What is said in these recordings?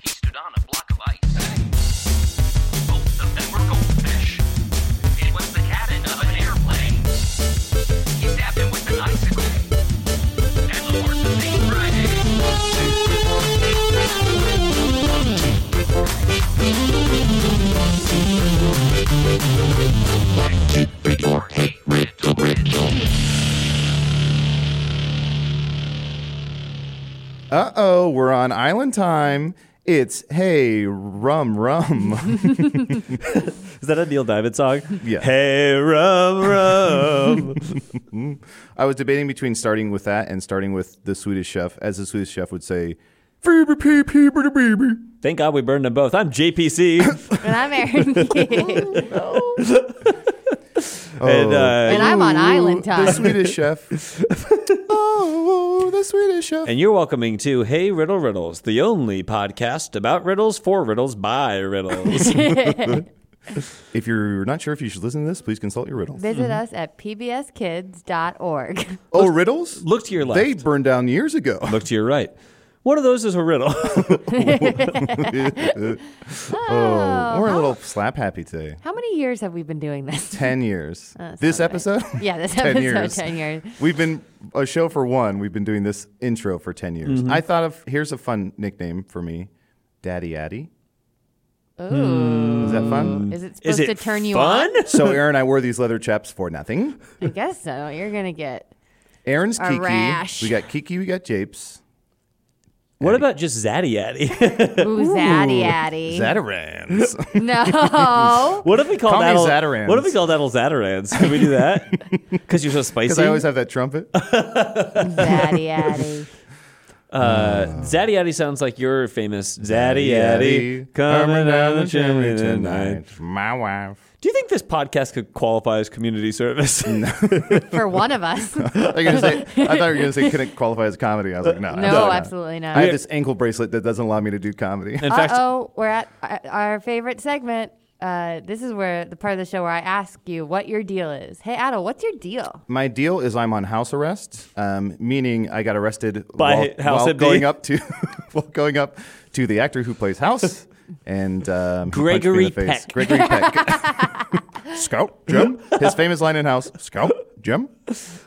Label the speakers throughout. Speaker 1: He stood on a block of ice. Both of them were goldfish. It was the cabin of an airplane. He stabbed him with an icicle. And the horse was named Friday.
Speaker 2: Uh oh, we're on island time. It's hey rum rum.
Speaker 3: Is that a Neil Diamond song?
Speaker 2: Yeah.
Speaker 3: Hey, rum, rum.
Speaker 2: I was debating between starting with that and starting with the Swedish chef, as the Swedish chef would say, "Baby, pee, pee, baby, baby."
Speaker 3: Thank God we burned them both. I'm JPC.
Speaker 4: And I'm Aaron King.
Speaker 2: Oh.
Speaker 3: and, uh,
Speaker 4: and I'm on island time.
Speaker 2: The Swedish chef. oh, the Swedish chef.
Speaker 3: and you're welcoming to Hey Riddle Riddles, the only podcast about riddles, for riddles, by riddles.
Speaker 2: if you're not sure if you should listen to this, please consult your riddles.
Speaker 4: Visit us at pbskids.org.
Speaker 2: Oh, riddles?
Speaker 3: Look to your left.
Speaker 2: They burned down years ago.
Speaker 3: Look to your right. One of those is a riddle.
Speaker 2: Oh, we're a little slap happy today.
Speaker 4: How many years have we been doing this?
Speaker 2: 10 years.
Speaker 4: Oh,
Speaker 2: this episode?
Speaker 4: Yeah, this
Speaker 2: 10
Speaker 4: episode,
Speaker 2: years.
Speaker 4: 10 years.
Speaker 2: We've been a show for one. We've been doing this intro for 10 years.
Speaker 3: Mm-hmm.
Speaker 2: I thought of here's a fun nickname for me Daddy Addy. Ooh. Is that fun?
Speaker 4: Is it supposed
Speaker 3: is it
Speaker 4: to turn you
Speaker 3: fun?
Speaker 4: on?
Speaker 2: so, Aaron, I wore these leather chaps for nothing.
Speaker 4: I guess so. You're going to get.
Speaker 2: Aaron's
Speaker 4: A
Speaker 2: Kiki.
Speaker 4: rash.
Speaker 2: We got Kiki, we got Japes.
Speaker 3: What about just Zaddy Addy?
Speaker 4: Ooh, zaddy addy.
Speaker 2: Zatarans.
Speaker 4: no.
Speaker 3: what if we call
Speaker 2: Call me
Speaker 3: that
Speaker 2: Zatarans.
Speaker 3: What if we call that Zatarans? Can we do that? Because you're so
Speaker 2: Because
Speaker 3: spicy.
Speaker 2: I always have that trumpet.
Speaker 4: zaddy addy.
Speaker 3: Uh, Zaddy Addy sounds like your famous Zaddy Addy coming down the chimney tonight.
Speaker 2: My wife.
Speaker 3: Do you think this podcast could qualify as community service?
Speaker 4: For one of us.
Speaker 2: I, was gonna say, I thought you were going to say couldn't qualify as comedy. I was like, no. absolutely
Speaker 4: No,
Speaker 2: not.
Speaker 4: absolutely not.
Speaker 2: I have this ankle bracelet that doesn't allow me to do comedy.
Speaker 3: In
Speaker 4: Uh
Speaker 3: fact,
Speaker 4: oh, we're at uh, our favorite segment. Uh, this is where the part of the show where I ask you what your deal is. Hey, Adel, what's your deal?
Speaker 2: My deal is I'm on house arrest, um, meaning I got arrested
Speaker 3: By
Speaker 2: while,
Speaker 3: House
Speaker 2: while
Speaker 3: MD?
Speaker 2: going up to while going up to the actor who plays House and um, he punched me in
Speaker 3: Gregory
Speaker 2: the face.
Speaker 3: Peck.
Speaker 2: Gregory Peck. Scout Jim. His famous line in House. Scout Jim.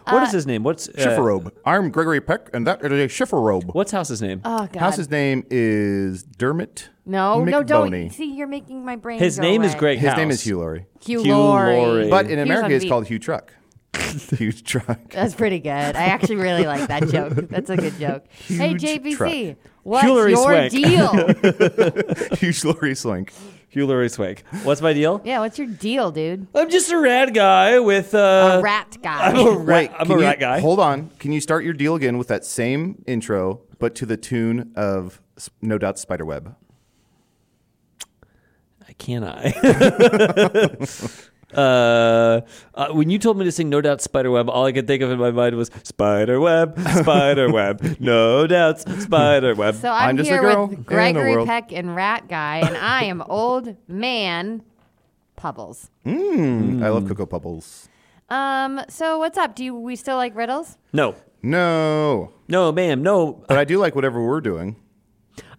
Speaker 3: what is his name? What's uh,
Speaker 2: Schifferobe. I'm Gregory Peck, and that is a Schifferobe.
Speaker 3: what's House's name?
Speaker 4: Oh God.
Speaker 2: House's name is Dermot.
Speaker 4: no, no,
Speaker 2: McBoney.
Speaker 4: don't. See, you're making my brain.
Speaker 3: his
Speaker 4: go
Speaker 3: name is
Speaker 4: away.
Speaker 3: Greg.
Speaker 2: His
Speaker 3: House.
Speaker 2: name is Hugh Laurie,
Speaker 4: Hugh
Speaker 3: Hugh
Speaker 4: Laurie.
Speaker 3: Laurie.
Speaker 2: but
Speaker 4: He
Speaker 2: in
Speaker 4: was on
Speaker 2: America it's
Speaker 4: Veep.
Speaker 2: called Hugh Truck. Hugh Truck.
Speaker 4: That's pretty good. I actually really like that joke. That's a good joke. hey,
Speaker 2: Huge
Speaker 4: JVC,
Speaker 2: truck.
Speaker 4: what's
Speaker 3: Hillary
Speaker 4: your
Speaker 3: Swank.
Speaker 4: deal?
Speaker 2: Hugh Laurie Slink.
Speaker 3: Hugh Laurie Swig. What's my deal?
Speaker 4: yeah, what's your deal, dude?
Speaker 3: I'm just a rad guy with uh,
Speaker 4: a rat
Speaker 3: I'm
Speaker 4: guy.
Speaker 3: a rat. I'm
Speaker 2: can
Speaker 3: a
Speaker 2: you-
Speaker 3: rat guy.
Speaker 2: Hold on. Can you start your deal again with that same intro, but to the tune of S- No Doubt Spiderweb?
Speaker 3: Can I? Uh, uh, when you told me to sing No Doubt Spiderweb, all I could think of in my mind was Spiderweb, Spiderweb, No Doubts, Spiderweb.
Speaker 4: So I'm,
Speaker 2: I'm just a
Speaker 4: here
Speaker 2: girl in the
Speaker 4: with Gregory
Speaker 2: world.
Speaker 4: Peck and Rat Guy, and I am old man Pubbles.
Speaker 2: I
Speaker 3: Hmm.
Speaker 2: love Cocoa Pebbles.
Speaker 4: Um, so what's up? Do you, we still like riddles?
Speaker 3: no,
Speaker 2: No.
Speaker 3: no, ma'am, no.
Speaker 2: But I do like whatever we're doing.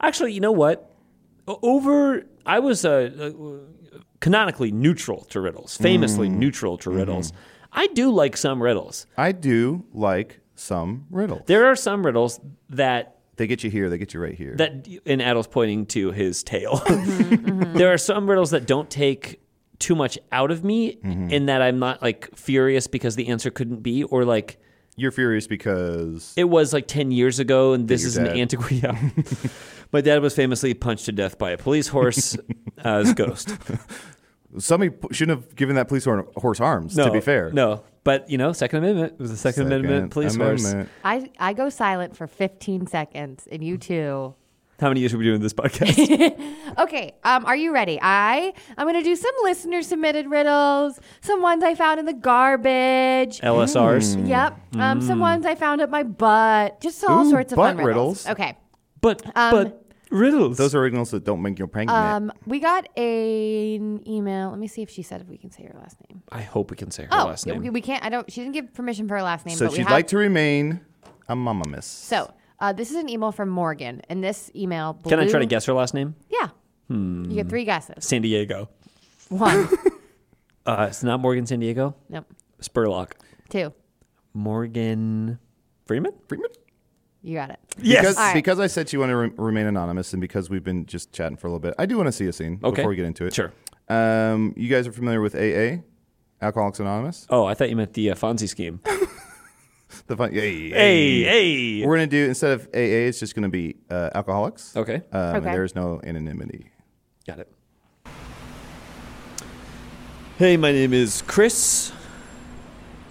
Speaker 3: Actually, you know what? O- Over, I was uh, uh, canonically neutral to riddles, famously
Speaker 2: Mm.
Speaker 3: neutral
Speaker 2: Mm-hmm.
Speaker 3: to riddles. I do like some riddles.
Speaker 2: I do like some riddles.
Speaker 3: There are some riddles that
Speaker 2: They get you here, they get you right here.
Speaker 3: that and Adol's pointing to his tail.
Speaker 2: Mm-hmm,
Speaker 3: there are some riddles that don't take
Speaker 2: Mm-hmm.
Speaker 3: too much out of me in that I'm not like furious because the answer couldn't be or like
Speaker 2: You're furious because
Speaker 3: It was like 10 years ago, and this
Speaker 2: your
Speaker 3: is an
Speaker 2: dad-
Speaker 3: antiquity. Yeah. My dad was famously punched to death by a police horse as ghost.
Speaker 2: somebody p- shouldn't have given that police hor- horse arms.
Speaker 3: No,
Speaker 2: to be fair,
Speaker 3: No. But, you know, Second Amendment. It was the Second, Amendment police horse.
Speaker 2: Amendment.
Speaker 4: I, I go silent for 15 seconds, and you two.
Speaker 3: How many years have we been doing this podcast?
Speaker 4: Okay, um, are you ready? I I'm gonna do some listener submitted riddles, some ones I found in the garbage.
Speaker 3: LSRs.
Speaker 4: Yep, um, some ones I found up my butt. Just all
Speaker 2: Ooh,
Speaker 4: sorts of fun
Speaker 2: butt
Speaker 4: riddles.
Speaker 2: riddles.
Speaker 4: Okay,
Speaker 3: But, but riddles.
Speaker 2: Those are originals that don't make you pregnant.
Speaker 4: um, we got a, an email. Let me see if she said if we can say her last name.
Speaker 3: I hope we can say her
Speaker 4: oh,
Speaker 3: last
Speaker 4: yeah,
Speaker 3: name.
Speaker 4: We, we can't. I don't. She didn't give permission for her last name.
Speaker 2: so
Speaker 4: but we
Speaker 2: she'd
Speaker 4: have-
Speaker 2: like to remain a mama miss.
Speaker 4: So uh, this is an email from Morgan, and this email. Blew,
Speaker 3: Can I try to guess her last name?
Speaker 4: Yeah. You get three guesses.
Speaker 3: San Diego.
Speaker 4: One.
Speaker 3: Uh, it's not Morgan San Diego.
Speaker 4: nope.
Speaker 3: Spurlock.
Speaker 4: Two.
Speaker 3: Morgan Freeman?
Speaker 2: Freeman?
Speaker 4: You got it.
Speaker 3: Yes.
Speaker 2: Because,
Speaker 4: All right.
Speaker 2: because I said she wanted to re- remain anonymous, and because we've been just chatting for a little bit, I do want to see a scene
Speaker 3: Okay.
Speaker 2: before we get into it.
Speaker 3: Sure.
Speaker 2: Um, you guys are familiar with AA, Alcoholics Anonymous.
Speaker 3: Oh, I thought you meant the uh, Fonzie scheme.
Speaker 2: The fun, hey,
Speaker 3: hey,
Speaker 2: We're gonna do instead of AA, it's just gonna be uh, Alcoholics.
Speaker 3: Okay.
Speaker 2: Um, and
Speaker 4: Okay.
Speaker 2: there's no anonymity.
Speaker 3: Got it. Hey, my name is Chris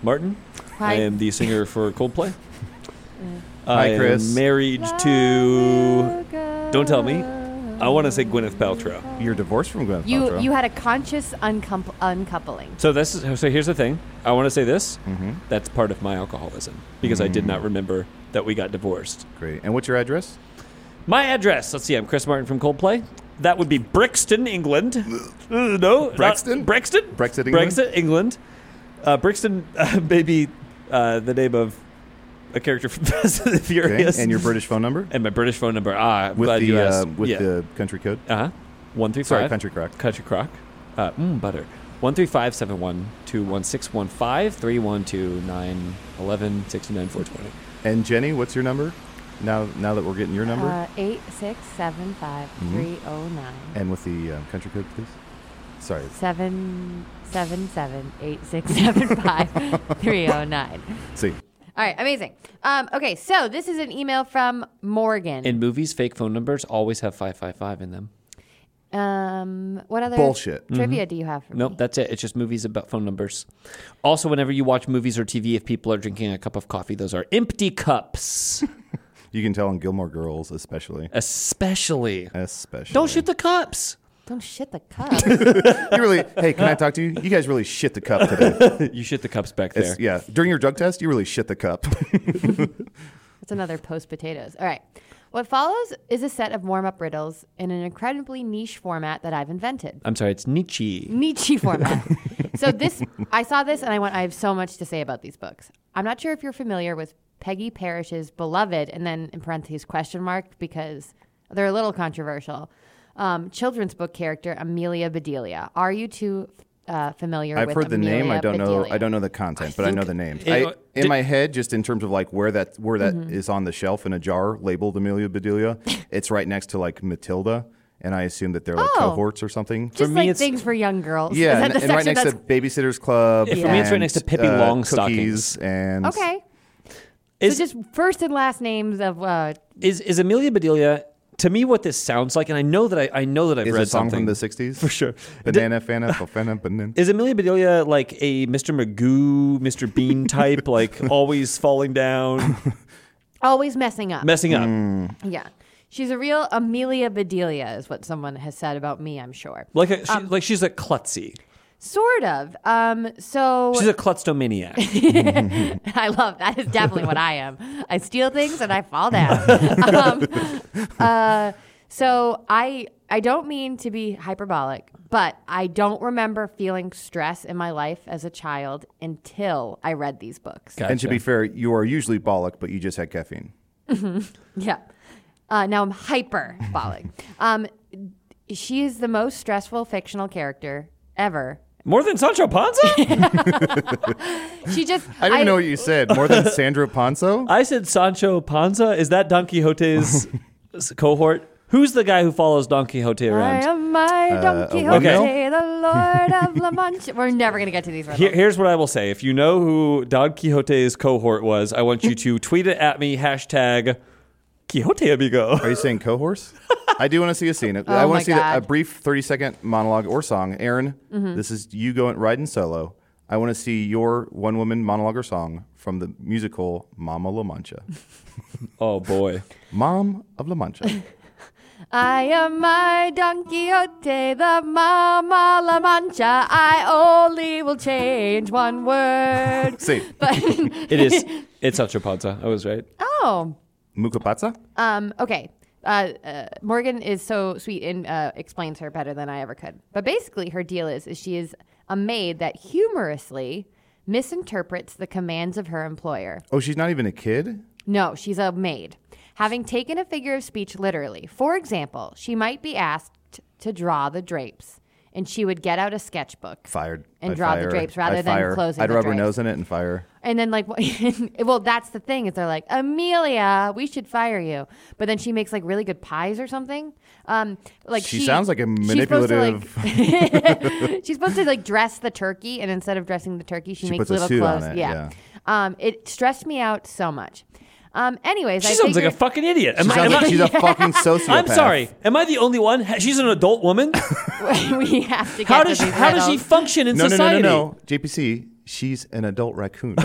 Speaker 3: Martin.
Speaker 4: Hi.
Speaker 3: I am the singer for Coldplay.
Speaker 2: Hi,
Speaker 3: I
Speaker 2: Chris.
Speaker 3: am married to. Don't tell me. I want to say Gwyneth Paltrow.
Speaker 2: You're divorced from Gwyneth
Speaker 4: You
Speaker 2: Paltrow.
Speaker 4: you had a conscious uncoupl- uncoupling.
Speaker 3: So this is so. Here's the thing. I want to say this. That's part of my alcoholism because I did not remember that we got divorced.
Speaker 2: Great. And what's your address?
Speaker 3: My address. Let's see. I'm Chris Martin from Coldplay. That would be Brixton, England. Uh, no, not-
Speaker 2: Brixton?
Speaker 3: Brixton.
Speaker 2: Brexit, England?
Speaker 3: Brixton, England. Uh, Brixton, uh, maybe uh, the name of a character from Fast and the
Speaker 2: Okay.
Speaker 3: Furious.
Speaker 2: And your British phone number
Speaker 3: And my British phone number. Ah, I'm
Speaker 2: with
Speaker 3: glad
Speaker 2: the
Speaker 3: you asked.
Speaker 2: uh, with
Speaker 3: yeah.
Speaker 2: the country code.
Speaker 3: uh-huh. one three
Speaker 2: Sorry,
Speaker 3: five
Speaker 2: country crock.
Speaker 3: country crock. Uh, mm, butter. One three five seven one two one six one five three one two nine eleven sixty nine four twenty.
Speaker 2: And Jenny, what's your number? Now now that we're getting your number
Speaker 4: Uh, eight six seven five
Speaker 3: Mm-hmm.
Speaker 4: three oh nine
Speaker 2: and with the um, country code, please. Sorry.
Speaker 4: seven seven seven eight six seven five three oh nine.
Speaker 2: See.
Speaker 4: All right, amazing. Um, okay, so this is an email from Morgan.
Speaker 3: In movies, fake phone numbers always have five five five in them.
Speaker 4: um, what other
Speaker 2: Bullshit.
Speaker 4: trivia do you have for
Speaker 3: Mm-hmm. Nope,
Speaker 4: me?
Speaker 3: that's it. It's just movies about phone numbers. Also, whenever you watch movies or TV, if people are drinking a cup of coffee, those are empty cups.
Speaker 2: You can tell in Gilmore Girls, especially.
Speaker 3: Especially.
Speaker 2: Especially.
Speaker 3: Don't shoot the cups.
Speaker 4: Don't shit the cup.
Speaker 2: You really? Hey, can I talk to you? You guys really shit the cup today.
Speaker 3: You shit the cups back there.
Speaker 2: It's, yeah. During your drug test, you really shit the cup.
Speaker 4: That's another post potatoes. All right. What follows is a set of warm up riddles in an incredibly niche format that I've invented.
Speaker 3: I'm sorry, it's Nietzsche.
Speaker 4: Nietzsche format. so this, I saw this and I went, I have so much to say about these books. I'm not sure if you're familiar with Peggy Parrish's Beloved, and then in parentheses question mark because they're a little controversial. Um, children's book character Amelia Bedelia. Are you two uh, familiar?
Speaker 2: I've
Speaker 4: with
Speaker 2: heard the name. I
Speaker 4: Amelia
Speaker 2: don't know.
Speaker 4: Bedelia?
Speaker 2: I don't know the content, but I know the name.
Speaker 3: it- Mm-hmm.
Speaker 2: I, in
Speaker 3: did-
Speaker 2: my head, just in terms of like where that where that is on the shelf in a jar labeled Amelia Bedelia, it's right next to like Matilda, and I assume that they're like
Speaker 4: Oh.
Speaker 2: cohorts or something.
Speaker 4: Just
Speaker 3: me,
Speaker 4: like
Speaker 3: it's-
Speaker 4: things for young girls.
Speaker 2: yeah,
Speaker 4: Is that
Speaker 2: and,
Speaker 4: the
Speaker 2: and right
Speaker 4: section
Speaker 2: next to
Speaker 4: that's-
Speaker 2: Babysitter's Club.
Speaker 3: Yeah, for me, it's
Speaker 2: and,
Speaker 3: right
Speaker 2: uh,
Speaker 3: next to Pippi Longstockings.
Speaker 2: cookies and
Speaker 4: okay.
Speaker 3: Is,
Speaker 4: so just first and last names of uh,
Speaker 3: is is Amelia Bedelia to me what this sounds like, and I know that I, I know that I've
Speaker 2: Is
Speaker 3: read
Speaker 2: a song
Speaker 3: something
Speaker 2: from the '60s
Speaker 3: for sure.
Speaker 2: Banana, fana, fofana, banana.
Speaker 3: Is Amelia Bedelia like a Mr. Magoo, Mr. Bean type, like always falling down,
Speaker 4: always messing up.
Speaker 3: messing up?
Speaker 2: Hmm.
Speaker 4: yeah. She's a real Amelia Bedelia, is what someone has said about me, I'm sure.
Speaker 3: Like a, she, like she's a klutzy.
Speaker 4: Sort of. Um, so
Speaker 3: She's a klutzotomaniac.
Speaker 4: I love that is definitely what I am. I steal things and I fall down. um, uh, so I I don't mean to be hyperbolic, but I don't remember feeling stress in my life as a child until I read these books.
Speaker 2: And to be fair, you are usually bollock, but you just had caffeine.
Speaker 4: Yeah. Uh, now I'm hyperbolic. um, she is the most stressful fictional character ever.
Speaker 3: More than Sancho Panza?
Speaker 4: She just.
Speaker 2: I don't even know what you said. More than Sandra Ponzo.
Speaker 3: I said Sancho Panza. Is that Don Quixote's s- cohort? Who's the guy who follows Don Quixote
Speaker 4: I
Speaker 3: around?
Speaker 4: am my Don Quixote,
Speaker 3: Okay.
Speaker 4: the Lord of La Mancha. We're never gonna get to these riddles.
Speaker 3: Here, here's what I will say. If you know who Don Quixote's cohort was, I want you to tweet it at me, hashtag Quixote Amigo.
Speaker 2: Are you saying cohorse? I do want to see a scene. I
Speaker 4: Oh
Speaker 2: want
Speaker 4: my
Speaker 2: to see the, a
Speaker 4: God.
Speaker 2: brief 30 second monologue or song. Aaron, this is you going riding solo. I want to see your one woman monologue or song from the musical Mama La Mancha.
Speaker 3: Oh, boy.
Speaker 2: Mom of La Mancha.
Speaker 4: I am my Don Quixote, the Mama La Mancha. I only will change one word.
Speaker 2: See,
Speaker 4: But
Speaker 3: It is. It's Achapanza. I was right.
Speaker 4: oh,
Speaker 2: Mukapatsa?
Speaker 4: um, okay. Uh, uh, Morgan is so sweet and uh, explains her better than I ever could. But basically, her deal is, is she is a maid that humorously misinterprets the commands of her employer.
Speaker 2: Oh, she's not even a kid?
Speaker 4: No, she's a maid. Having taken a figure of speech literally, for example, she might be asked to draw the drapes, and she would get out a sketchbook
Speaker 2: Fired.
Speaker 4: and
Speaker 2: I'd
Speaker 4: draw
Speaker 2: fire.
Speaker 4: the drapes
Speaker 2: I'd
Speaker 4: rather than
Speaker 2: fire.
Speaker 4: closing
Speaker 2: I'd
Speaker 4: the
Speaker 2: rub her
Speaker 4: drapes.
Speaker 2: nose in it and fire.
Speaker 4: And then, like, well, that's the thing is they're like, Amelia, we should fire you. But then she makes like really good pies or something. Um, like
Speaker 2: She sounds like a
Speaker 4: She's supposed, to, like, she's supposed to like dress the turkey, and instead of dressing the turkey, she,
Speaker 2: She
Speaker 4: makes
Speaker 2: puts a
Speaker 4: little
Speaker 2: suit on
Speaker 4: clothes.
Speaker 2: it,
Speaker 4: yeah. Um, it stressed me out so much. Um, anyways,
Speaker 3: She
Speaker 4: I
Speaker 3: sounds like
Speaker 4: figured,
Speaker 3: a fucking idiot. Am
Speaker 2: She
Speaker 3: I,
Speaker 2: sounds
Speaker 3: am
Speaker 2: like
Speaker 3: I-
Speaker 2: she's a fucking sociopath.
Speaker 3: I'm sorry. Am I the only one? Ha- She's an adult woman.
Speaker 4: we have to get
Speaker 3: How
Speaker 4: to
Speaker 3: does she,
Speaker 4: these
Speaker 3: how does she
Speaker 4: riddles.
Speaker 3: function in
Speaker 2: No, no, no, no,
Speaker 3: society?
Speaker 2: no. JPC, she's an adult raccoon. so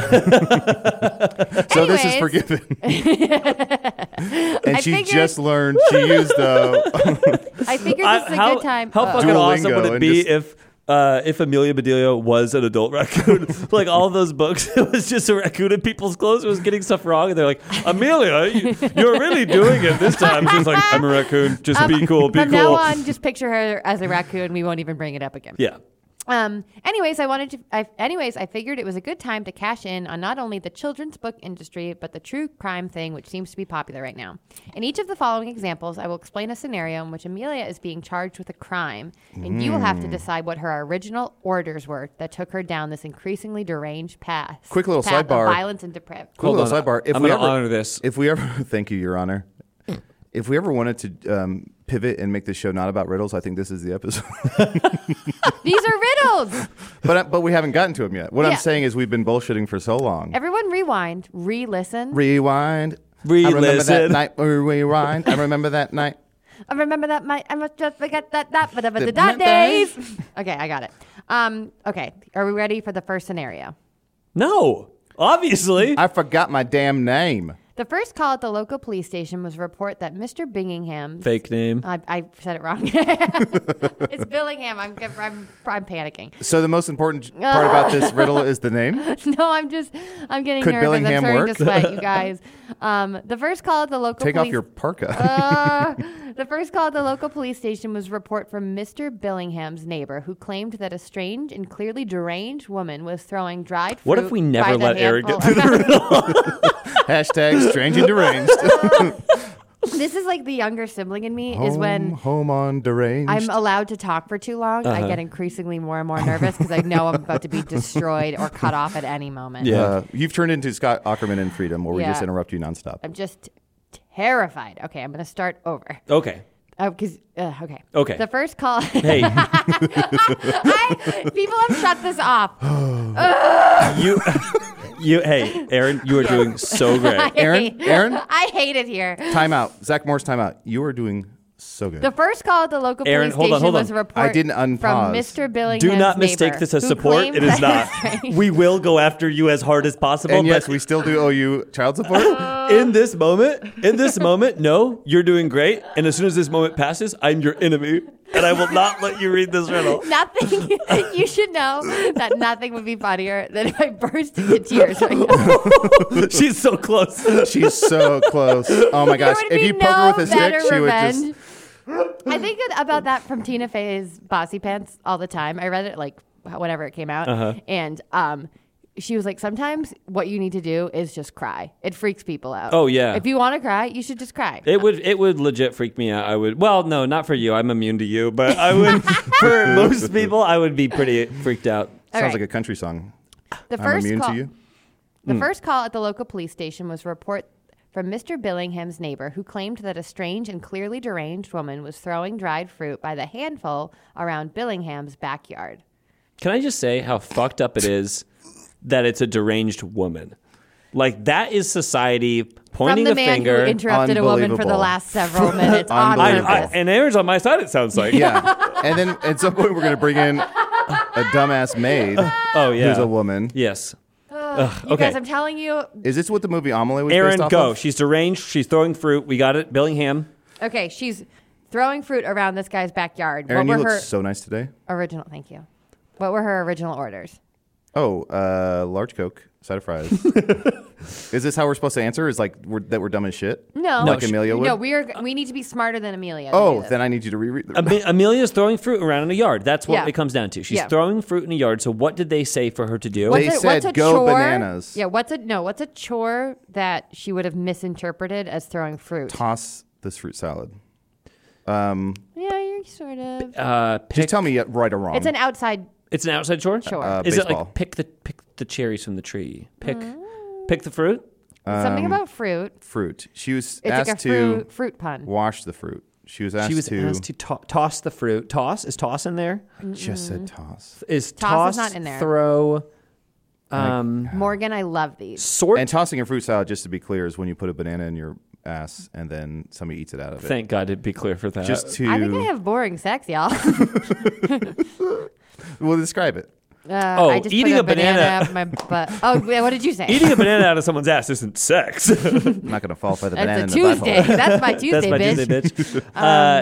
Speaker 2: this is
Speaker 4: Anyways.
Speaker 2: forgiven. and
Speaker 4: I
Speaker 2: she
Speaker 4: figured-
Speaker 2: just learned she used uh, the
Speaker 4: I figured
Speaker 3: I-
Speaker 4: this is a
Speaker 3: how,
Speaker 4: good time.
Speaker 3: How
Speaker 4: Uh,
Speaker 3: fucking awesome
Speaker 2: Duolingo
Speaker 3: would it
Speaker 2: and
Speaker 3: be
Speaker 2: just-
Speaker 3: if uh, if Amelia Bedelia was an adult raccoon? like all those books, it was just a raccoon in people's clothes. It was getting stuff wrong, and they're like, Amelia, you, you're really doing it this time. She's like, I'm a raccoon. Just be cool. Be
Speaker 4: Um, from
Speaker 3: cool.
Speaker 4: now on, just picture her as a raccoon. We won't even bring it up again.
Speaker 3: Yeah.
Speaker 4: Um, anyways, I wanted to. I, anyways, I figured it was a good time to cash in on not only the children's book industry, but the true crime thing, which seems to be popular right now. In each of the following examples, I will explain a scenario in which Amelia is being charged with a crime, and you will have
Speaker 3: Mm.
Speaker 4: to decide what her original orders were that took her down this increasingly deranged path.
Speaker 2: Quick little
Speaker 4: path of
Speaker 2: sidebar.
Speaker 4: violence and depravity.
Speaker 2: cool
Speaker 3: Hold
Speaker 2: little
Speaker 3: on.
Speaker 2: sidebar. If
Speaker 3: I'm
Speaker 2: we
Speaker 3: gonna
Speaker 2: ever-
Speaker 3: honor this.
Speaker 2: If we ever thank you, Your Honor. If we ever wanted to um, pivot and make this show not about riddles, I think this is the episode.
Speaker 4: These are riddles.
Speaker 2: but I- but we haven't gotten to them yet. What
Speaker 4: Yeah.
Speaker 2: I'm saying is we've been bullshitting for so long.
Speaker 4: Everyone, rewind, re-listen.
Speaker 2: Rewind. I remember
Speaker 3: Re-listen.
Speaker 2: that night. we Rewind. I remember that night.
Speaker 4: I Oh, remember that. My, I must just forget that. That, but the
Speaker 2: The
Speaker 4: that
Speaker 2: days.
Speaker 4: days. Okay, I got it. Um, okay, are we ready for the first scenario?
Speaker 3: No. Obviously.
Speaker 2: I forgot my damn name.
Speaker 4: The first call at the local police station was a report that Mr. Bingham.
Speaker 3: Fake name.
Speaker 4: I, I said it wrong. it's Billingham. I'm, I'm, I'm panicking.
Speaker 2: So the most important part about this riddle is the name.
Speaker 4: No, I'm just, I'm getting
Speaker 2: Could
Speaker 4: nervous.
Speaker 2: Billingham
Speaker 4: I'm starting
Speaker 2: work?
Speaker 4: to sweat, you guys. Um, the first call at the local
Speaker 2: Take
Speaker 4: police.
Speaker 2: off your parka.
Speaker 4: Uh, the first call at the local police station was a report from Mr. Billingham's neighbor who claimed that a strange and clearly deranged woman was throwing dried fruit.
Speaker 3: What if we never
Speaker 4: by the
Speaker 3: let Eric
Speaker 4: handful-
Speaker 3: get through the riddle?
Speaker 4: Uh,
Speaker 2: Hashtag strange and deranged.
Speaker 4: This is like the younger sibling in me is
Speaker 2: home,
Speaker 4: when
Speaker 2: home on deranged.
Speaker 4: I'm allowed to talk for too long.
Speaker 3: Uh-huh.
Speaker 4: I get increasingly more and more nervous because I know I'm about to be destroyed or cut off at any moment.
Speaker 3: Yeah.
Speaker 2: Uh, you've turned into Scott Ackerman in Freedom, where we
Speaker 4: Yeah.
Speaker 2: just interrupt you nonstop.
Speaker 4: I'm just terrified. Okay, I'm going to start over.
Speaker 3: Okay.
Speaker 4: Oh, because uh, okay,
Speaker 3: Okay.
Speaker 4: The first call.
Speaker 3: Hey,
Speaker 4: I, people have shut this off.
Speaker 3: you, you, hey, Aaron, you are doing so great.
Speaker 2: Aaron, Aaron,
Speaker 4: I hate it here.
Speaker 2: time out. Zach Morris, time out. You are doing so good.
Speaker 4: The first call at the local
Speaker 3: Aaron,
Speaker 4: police station
Speaker 3: hold on, hold on.
Speaker 4: was a report
Speaker 2: I didn't
Speaker 4: from
Speaker 2: unpause.
Speaker 4: Mr. Billingham's
Speaker 3: Do not mistake
Speaker 4: neighbor,
Speaker 3: this as
Speaker 4: who
Speaker 3: support.
Speaker 4: claimed
Speaker 3: It is not.
Speaker 4: that-
Speaker 3: We will go after you as hard as possible.
Speaker 2: and yes,
Speaker 3: but
Speaker 2: we still do owe you child
Speaker 4: Uh,
Speaker 2: support.
Speaker 3: in this moment, in this moment, no, you're doing great. And as soon as this moment passes, I'm your enemy, and I will not let you read this riddle.
Speaker 4: Nothing. you should know that nothing would be funnier than if I burst into tears right now.
Speaker 3: She's so close.
Speaker 2: She's so close. Oh my
Speaker 4: There
Speaker 2: gosh!
Speaker 4: would
Speaker 2: If
Speaker 4: be
Speaker 2: you poke
Speaker 4: no
Speaker 2: her with a stick,
Speaker 4: better
Speaker 2: she would
Speaker 4: revenge.
Speaker 2: just.
Speaker 4: I think that about that from Tina Fey's Bossy Pants all the time. I read it like whenever it came out,
Speaker 3: Uh-huh.
Speaker 4: and um, she was like, sometimes what you need to do is just cry. It freaks people out.
Speaker 3: Oh, yeah.
Speaker 4: If you want to cry, you should just cry.
Speaker 3: It would it would legit freak me out. I would well no not for you. I'm immune to you, but I would for most people I would be pretty freaked out.
Speaker 4: All right.
Speaker 2: Sounds like a country song.
Speaker 4: the
Speaker 2: I'm
Speaker 4: first
Speaker 2: immune
Speaker 4: call,
Speaker 2: to you. Hmm.
Speaker 4: The first call at the local police station was a report from Mr. Billingham's neighbor, who claimed that a strange and clearly deranged woman was throwing dried fruit by the handful around Billingham's backyard.
Speaker 3: Can I just say how fucked up it is that it's a deranged woman? Like that is society pointing
Speaker 4: from the
Speaker 3: a
Speaker 4: man
Speaker 3: finger.
Speaker 4: who interrupted a woman for the
Speaker 2: Unbelievable.
Speaker 4: last several minutes on
Speaker 3: I,
Speaker 2: Unbelievable.
Speaker 3: I,
Speaker 4: purpose.
Speaker 3: and Aaron's on my side. It sounds like.
Speaker 2: Yeah. and then at some point we're gonna bring in a dumbass maid
Speaker 3: Oh yeah.
Speaker 2: who's a woman.
Speaker 3: Yes.
Speaker 4: you
Speaker 3: okay.
Speaker 4: guys, I'm telling you.
Speaker 2: Is this what the movie Amelie was
Speaker 3: Aaron,
Speaker 2: based off
Speaker 3: go.
Speaker 2: of?
Speaker 3: She's deranged. She's throwing fruit. We got it. Billingham.
Speaker 4: Okay, she's throwing fruit around this guy's backyard.
Speaker 2: Aaron,
Speaker 4: what
Speaker 2: you
Speaker 4: were
Speaker 2: look
Speaker 4: her
Speaker 2: so nice today.
Speaker 4: original? Thank you. What were her original orders?
Speaker 2: Oh, uh, large Coke, side of fries. is this how we're supposed to answer? Is like we're, that we're dumb as shit?
Speaker 4: No,
Speaker 2: Like Amelia would?
Speaker 4: No, we are. We need to be smarter than Amelia. to do
Speaker 2: Oh,
Speaker 4: this.
Speaker 2: then I need you to reread.
Speaker 4: Um,
Speaker 2: The-
Speaker 3: Ami- Amelia's throwing fruit around in a yard. That's what
Speaker 4: Yeah.
Speaker 3: it comes down to. She's
Speaker 4: Yeah.
Speaker 3: throwing fruit in a yard. So what did they say for her to do?
Speaker 2: What- They said go
Speaker 4: chore,
Speaker 2: bananas.
Speaker 4: Yeah, what's a no? What's a chore that she would have misinterpreted as throwing fruit?
Speaker 2: Toss this fruit salad.
Speaker 4: yeah, you're sort of.
Speaker 3: uh, pick,
Speaker 2: Just tell me uh, right or wrong.
Speaker 4: it's an outside.
Speaker 3: it's an outside chore.
Speaker 4: Sure.
Speaker 2: Uh,
Speaker 3: Is it
Speaker 2: baseball.
Speaker 3: like pick the pick the cherries from the tree? Pick
Speaker 4: Mm.
Speaker 3: pick the fruit.
Speaker 4: something about fruit.
Speaker 2: fruit. She was
Speaker 4: It's
Speaker 2: um, asked
Speaker 4: like a
Speaker 2: to
Speaker 4: fruit, fruit pun.
Speaker 2: wash the fruit. She was asked
Speaker 3: She was
Speaker 2: to.
Speaker 3: asked to to- toss the fruit. Toss is toss in there.
Speaker 2: just said toss.
Speaker 3: Is
Speaker 4: Toss
Speaker 3: toss,
Speaker 4: is not in there.
Speaker 3: throw? Um,
Speaker 4: Morgan, I love these.
Speaker 3: sort.
Speaker 2: And tossing a fruit salad, just to be clear, is when you put a banana in your ass and then somebody eats it out of it.
Speaker 3: Thank God it'd be clear for that.
Speaker 2: just to
Speaker 4: I think I have boring sex, y'all.
Speaker 2: well describe it.
Speaker 4: Uh,
Speaker 3: Oh,
Speaker 4: I just
Speaker 3: eating
Speaker 4: put a,
Speaker 3: a banana-
Speaker 4: banana. up my butt. Oh, wait, what did you say?
Speaker 3: Eating a banana out of someone's ass isn't sex.
Speaker 2: I'm not gonna fall for the banana
Speaker 4: That's a
Speaker 2: in the
Speaker 4: Tuesday.
Speaker 2: butthole.
Speaker 4: That's my Tuesday,
Speaker 3: That's my
Speaker 4: bitch. Um,
Speaker 3: Tuesday, bitch.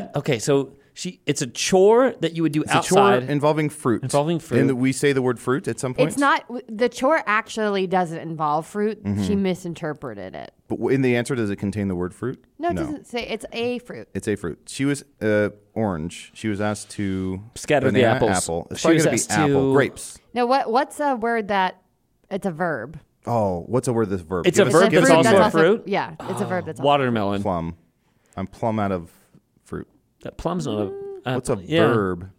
Speaker 3: uh, okay, so she it's a chore that you would do
Speaker 2: It's a chore
Speaker 3: outside.
Speaker 2: involving fruit.
Speaker 3: Involving fruit.
Speaker 2: And we say the word fruit at some point.
Speaker 4: It's not the chore actually doesn't involve fruit. She
Speaker 2: Mm-hmm.
Speaker 4: misinterpreted it.
Speaker 2: But w- in the answer, does it contain the word fruit?
Speaker 4: No, it doesn't say it's a fruit.
Speaker 2: It's a fruit. She was uh, orange. She was asked to
Speaker 3: Scatter the
Speaker 2: banana,
Speaker 3: apples.
Speaker 2: Apple. It's
Speaker 3: She
Speaker 2: probably
Speaker 3: was
Speaker 2: gonna be
Speaker 3: asked
Speaker 2: apple.
Speaker 3: to-
Speaker 2: Grapes.
Speaker 4: No, what what's a word that it's a verb?
Speaker 2: Oh, what's a word? This verb.
Speaker 3: It's a
Speaker 2: Give us-
Speaker 3: verb
Speaker 2: give us
Speaker 3: that's also
Speaker 2: name.
Speaker 3: a fruit?
Speaker 4: Yeah, it's a verb that's also.
Speaker 3: Watermelon.
Speaker 2: Plum. I'm plum out of fruit.
Speaker 3: That plum's not a. Uh,
Speaker 2: What's a
Speaker 3: yeah.
Speaker 2: verb?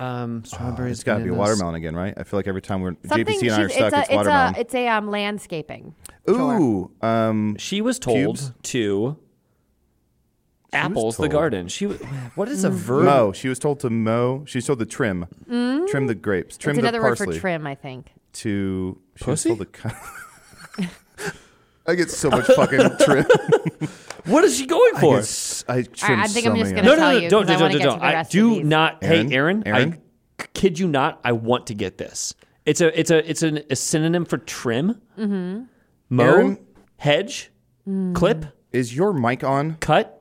Speaker 2: Ah,
Speaker 3: Um, strawberries.
Speaker 2: It's got to be
Speaker 3: bananas.
Speaker 2: watermelon again, right? I feel like every time we're
Speaker 4: Something.
Speaker 2: JPC and I are
Speaker 4: she's-
Speaker 2: stuck,
Speaker 4: it's a
Speaker 2: it's,
Speaker 4: it's a
Speaker 2: watermelon.
Speaker 4: it's a um, landscaping.
Speaker 2: Ooh, um,
Speaker 3: She was told
Speaker 2: Cubes?
Speaker 3: to apples the
Speaker 2: told.
Speaker 3: garden. She w- what
Speaker 4: Mm.
Speaker 3: is a verb?
Speaker 2: mow. She was told to mow. She was told to trim, trim the grapes, trim
Speaker 4: it's Mm.
Speaker 2: the
Speaker 4: another
Speaker 2: parsley.
Speaker 4: word for trim, I think.
Speaker 2: To she was
Speaker 3: Pussy?
Speaker 2: told to cut. I get so much fucking trim.
Speaker 3: What is she going
Speaker 2: I,
Speaker 3: for?
Speaker 2: get s- I trim
Speaker 4: I think
Speaker 2: so
Speaker 4: I'm just
Speaker 2: many
Speaker 4: gonna-
Speaker 3: No, no,
Speaker 4: tell
Speaker 3: no,
Speaker 4: you,
Speaker 3: don't,
Speaker 4: 'cause I
Speaker 3: don't,
Speaker 4: wanna
Speaker 3: don't,
Speaker 4: get to
Speaker 3: don't.
Speaker 4: the
Speaker 3: I
Speaker 4: rest of
Speaker 3: do
Speaker 4: these.
Speaker 3: not.
Speaker 2: Aaron?
Speaker 3: Hey, Aaron.
Speaker 2: Aaron?
Speaker 3: I c- kid you not. I want to get this. It's a, it's a, it's an, a synonym for trim. Mm-hmm. Mow,
Speaker 2: Aaron?
Speaker 3: hedge,
Speaker 4: Mm.
Speaker 3: clip,
Speaker 2: Is your mic on?
Speaker 3: cut.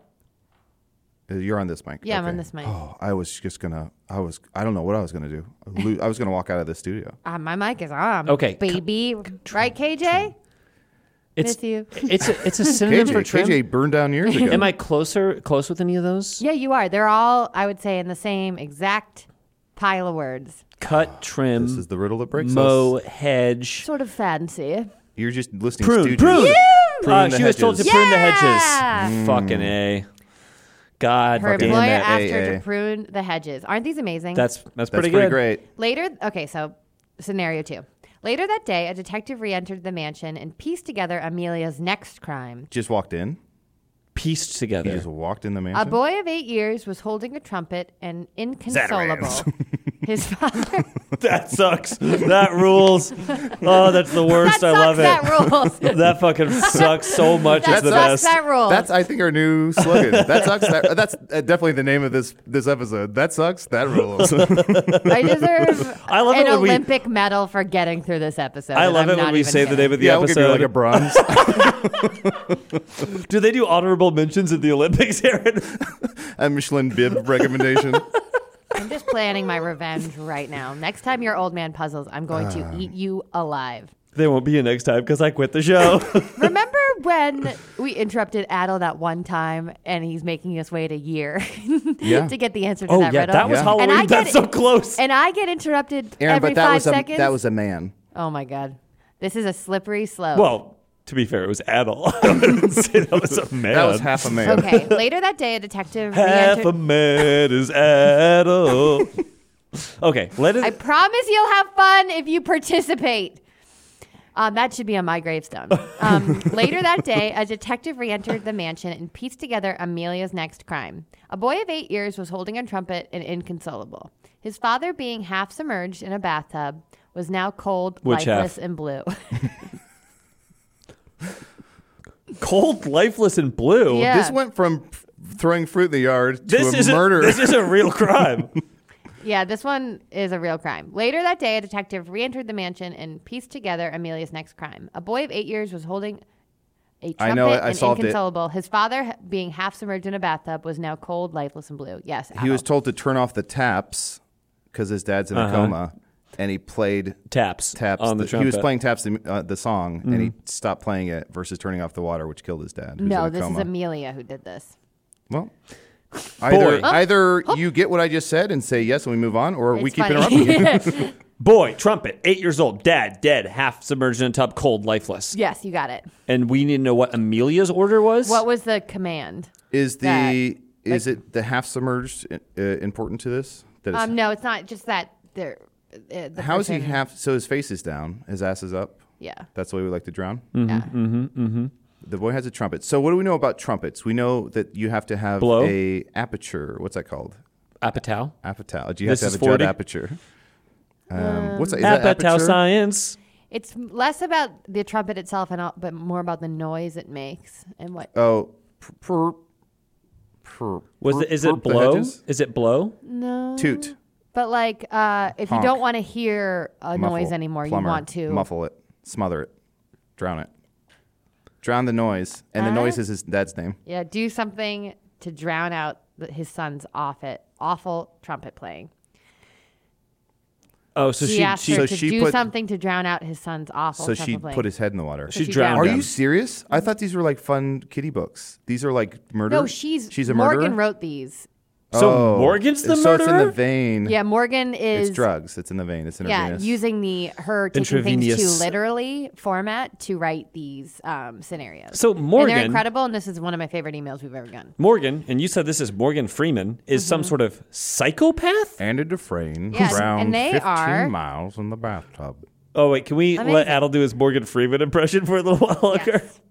Speaker 2: Uh, You're on this mic.
Speaker 4: Yeah, I'm on this mic.
Speaker 2: Oh, I was just gonna. I was. I don't know what I was gonna do. I lo- I was gonna walk out of the studio.
Speaker 4: Ah, my mic is on.
Speaker 3: Okay, c-
Speaker 4: baby, right, KJ?
Speaker 3: It's
Speaker 4: Miss you.
Speaker 3: it's a, it's a synonym
Speaker 2: KJ,
Speaker 3: for trim.
Speaker 2: KJ burned down years ago.
Speaker 3: Am I closer close with any of those?
Speaker 4: Yeah, you are. They're all, I would say, in the same exact pile of words.
Speaker 3: Cut, trim,
Speaker 2: This is the riddle that breaks
Speaker 3: mow,
Speaker 2: us.
Speaker 3: hedge,
Speaker 4: Sort of fancy.
Speaker 2: You're just listening.
Speaker 3: prune,
Speaker 2: Stooges.
Speaker 3: prune.
Speaker 2: Prune
Speaker 3: Uh,
Speaker 2: the
Speaker 3: she was told to
Speaker 2: hedges. Mm.
Speaker 3: prune the
Speaker 4: Yeah!
Speaker 3: hedges. Fucking a. God
Speaker 4: Her
Speaker 3: damn
Speaker 4: employer
Speaker 3: it.
Speaker 4: asked
Speaker 2: AA.
Speaker 4: her to prune the hedges. Aren't these amazing?
Speaker 3: That's that's
Speaker 2: That's
Speaker 3: pretty,
Speaker 2: pretty,
Speaker 3: good.
Speaker 2: great.
Speaker 4: Later, okay, so scenario two. Later that day, a detective re entered the mansion and pieced together Amelia's next crime.
Speaker 2: Just walked in.
Speaker 3: Pieced
Speaker 2: He
Speaker 3: together.
Speaker 2: just walked in the
Speaker 4: A
Speaker 2: mansion.
Speaker 4: boy of eight years was holding a trumpet and inconsolable. His father.
Speaker 3: That sucks. that rules. Oh, that's the worst.
Speaker 4: that
Speaker 3: I love
Speaker 4: sucks,
Speaker 3: it.
Speaker 4: that rules.
Speaker 3: That fucking sucks so much.
Speaker 4: That
Speaker 3: it's the
Speaker 4: sucks,
Speaker 3: best.
Speaker 4: that rules.
Speaker 2: That's I think our new slogan. that sucks. That, that's uh, definitely the name of this this episode. That sucks. That rules.
Speaker 4: I deserve
Speaker 3: I love it
Speaker 4: an
Speaker 3: when we-
Speaker 4: Olympic medal for getting through this episode.
Speaker 3: I
Speaker 4: and
Speaker 3: love
Speaker 4: I'm
Speaker 3: it when
Speaker 4: not
Speaker 3: we
Speaker 4: even
Speaker 3: say the
Speaker 4: kidding.
Speaker 3: name of the
Speaker 2: yeah, we'll give
Speaker 3: episode.
Speaker 2: you like a bronze.
Speaker 3: do they do honorable mentions at the Olympics, Aaron?
Speaker 2: a Michelin bib recommendation.
Speaker 4: I'm just planning my revenge right now. Next time your old man puzzles, I'm going to
Speaker 3: Uh.
Speaker 4: eat you alive.
Speaker 3: there won't be a next time because I quit the show.
Speaker 4: Remember when we interrupted Adel that one time and he's making us wait a year
Speaker 2: Yeah.
Speaker 4: to get the answer to
Speaker 3: oh
Speaker 4: that
Speaker 3: yeah,
Speaker 4: riddle?
Speaker 3: that was
Speaker 2: Yeah.
Speaker 3: Halloween.
Speaker 4: And I
Speaker 3: That's
Speaker 4: get-
Speaker 3: so close.
Speaker 4: And I get interrupted
Speaker 2: Aaron,
Speaker 4: every
Speaker 2: but that
Speaker 4: five
Speaker 2: was a
Speaker 4: seconds.
Speaker 2: that was a man.
Speaker 4: oh my god, this is a slippery slope.
Speaker 3: well, to be fair, it was adult. I wouldn't say that was a man.
Speaker 2: That was half a man.
Speaker 4: Okay. Later that day, a detective
Speaker 3: Half
Speaker 4: re-entered.
Speaker 3: a man is adult. okay, let it.
Speaker 4: I promise you'll have fun if you participate. Um, that should be on my gravestone. Um, later that day, a detective re entered the mansion and pieced together Amelia's next crime. A boy of eight years was holding a trumpet and inconsolable. His father, being half submerged in a bathtub, was now cold,
Speaker 3: Which half?
Speaker 4: lifeless, and blue.
Speaker 3: Cold, lifeless, and blue.
Speaker 4: Yeah.
Speaker 2: This went from f- throwing fruit in the yard
Speaker 3: This
Speaker 2: to
Speaker 3: is
Speaker 2: a murder.
Speaker 3: This is a real crime.
Speaker 4: Yeah, this one is a real crime. Later that day, a detective re entered the mansion and pieced together Amelia's next crime. A boy of eight years was holding a trumpet
Speaker 2: I know it. I
Speaker 4: and
Speaker 2: solved it.
Speaker 4: inconsolable. His father, h- being half submerged in a bathtub, was now cold, lifeless, and blue. Yes.
Speaker 2: he
Speaker 4: Adam.
Speaker 2: was told to turn off the taps because his dad's in a coma, and he played
Speaker 3: Taps.
Speaker 2: taps.
Speaker 3: Uh-huh. on
Speaker 2: he
Speaker 3: the
Speaker 2: was
Speaker 3: trumpet. Mm-hmm.
Speaker 2: playing taps the, uh, the song, and he stopped playing it versus turning off the water, which killed his dad. who's in
Speaker 4: uh, no,
Speaker 2: a
Speaker 4: this
Speaker 2: coma.
Speaker 4: is Amelia who did this.
Speaker 2: Well, either
Speaker 3: Boy.
Speaker 2: either you get what I just said and say yes, and we move on, or we
Speaker 4: It's
Speaker 2: keep
Speaker 4: funny.
Speaker 2: interrupting. you.
Speaker 3: Boy, trumpet, eight years old, dad, dead, half submerged in a tub, cold, lifeless.
Speaker 4: yes, you got it.
Speaker 3: And we need to know what Amelia's order was.
Speaker 4: What was the command?
Speaker 2: Is the is it the half submerged uh, important to this? That it's,
Speaker 4: Um, no, it's not just that. They're, uh, the
Speaker 2: how is he
Speaker 4: person-
Speaker 2: half? So his face is down, his ass is up.
Speaker 4: Yeah.
Speaker 2: That's the way we like to drown.
Speaker 3: Hmm.
Speaker 4: Yeah.
Speaker 2: mm-hmm. The boy has a trumpet. So what do we know about trumpets? We know that you have to have
Speaker 3: Blow?
Speaker 2: a aperture. What's that called?
Speaker 3: Apatow.
Speaker 2: Aperture. Do you
Speaker 3: This
Speaker 2: have
Speaker 3: is
Speaker 2: to have a jet
Speaker 3: 40?
Speaker 2: aperture? Um, what's that? Is that
Speaker 3: Apatow
Speaker 2: aperture?
Speaker 3: science.
Speaker 4: It's less about the trumpet itself, and all, but more about the noise it makes and what.
Speaker 2: Oh, per, per,
Speaker 3: Was
Speaker 2: per-
Speaker 3: it, is
Speaker 2: per-
Speaker 3: it
Speaker 2: the
Speaker 3: blow?
Speaker 2: hedges?
Speaker 3: Is it blow?
Speaker 4: No.
Speaker 2: Toot.
Speaker 4: But like, uh, if
Speaker 2: Honk.
Speaker 4: you don't want to hear a
Speaker 2: Muffle,
Speaker 4: noise anymore,
Speaker 2: plumber,
Speaker 4: you want to
Speaker 2: muffle it, smother it, drown it, drown the noise, and the noise is his dad's name.
Speaker 4: yeah do something to drown out th- his son's off it, awful trumpet playing.
Speaker 3: Oh, so
Speaker 4: She,
Speaker 3: she
Speaker 4: asked
Speaker 3: she,
Speaker 4: her
Speaker 2: so
Speaker 4: to
Speaker 2: she
Speaker 4: do
Speaker 2: put-
Speaker 4: something to drown out his son's awful.
Speaker 2: So
Speaker 4: trumpet
Speaker 2: she
Speaker 4: playing.
Speaker 2: put his head in the water.
Speaker 3: she
Speaker 4: she
Speaker 3: drowned.
Speaker 2: Are
Speaker 3: him.
Speaker 2: you serious? I thought these were like fun kiddie books. These are like murder.
Speaker 4: No, she's
Speaker 2: she's a murderer.
Speaker 4: Morgan wrote these.
Speaker 3: So
Speaker 2: Oh.
Speaker 3: Morgan's the
Speaker 2: so
Speaker 3: murderer.
Speaker 2: it's in the vein.
Speaker 4: Yeah, Morgan
Speaker 2: it's
Speaker 4: is
Speaker 2: drugs. It's in the vein. It's
Speaker 4: yeah
Speaker 2: intravenous.
Speaker 4: using the her taking things too
Speaker 3: Intravenous.
Speaker 4: literally format to write these um, scenarios.
Speaker 3: So
Speaker 4: and
Speaker 3: Morgan-
Speaker 4: they're incredible, and this is one of my favorite emails we've ever gotten.
Speaker 3: Morgan, and you said this is Morgan Freeman, is some
Speaker 4: Mm-hmm.
Speaker 3: sort of psychopath?
Speaker 2: and a Dufresne
Speaker 4: Yes,
Speaker 2: drowned
Speaker 4: and they
Speaker 2: 15
Speaker 4: are-
Speaker 2: miles in the bathtub.
Speaker 3: Oh wait, can we let
Speaker 4: Amazing.
Speaker 3: Adel do his Morgan Freeman impression for a little while longer?
Speaker 4: Yes.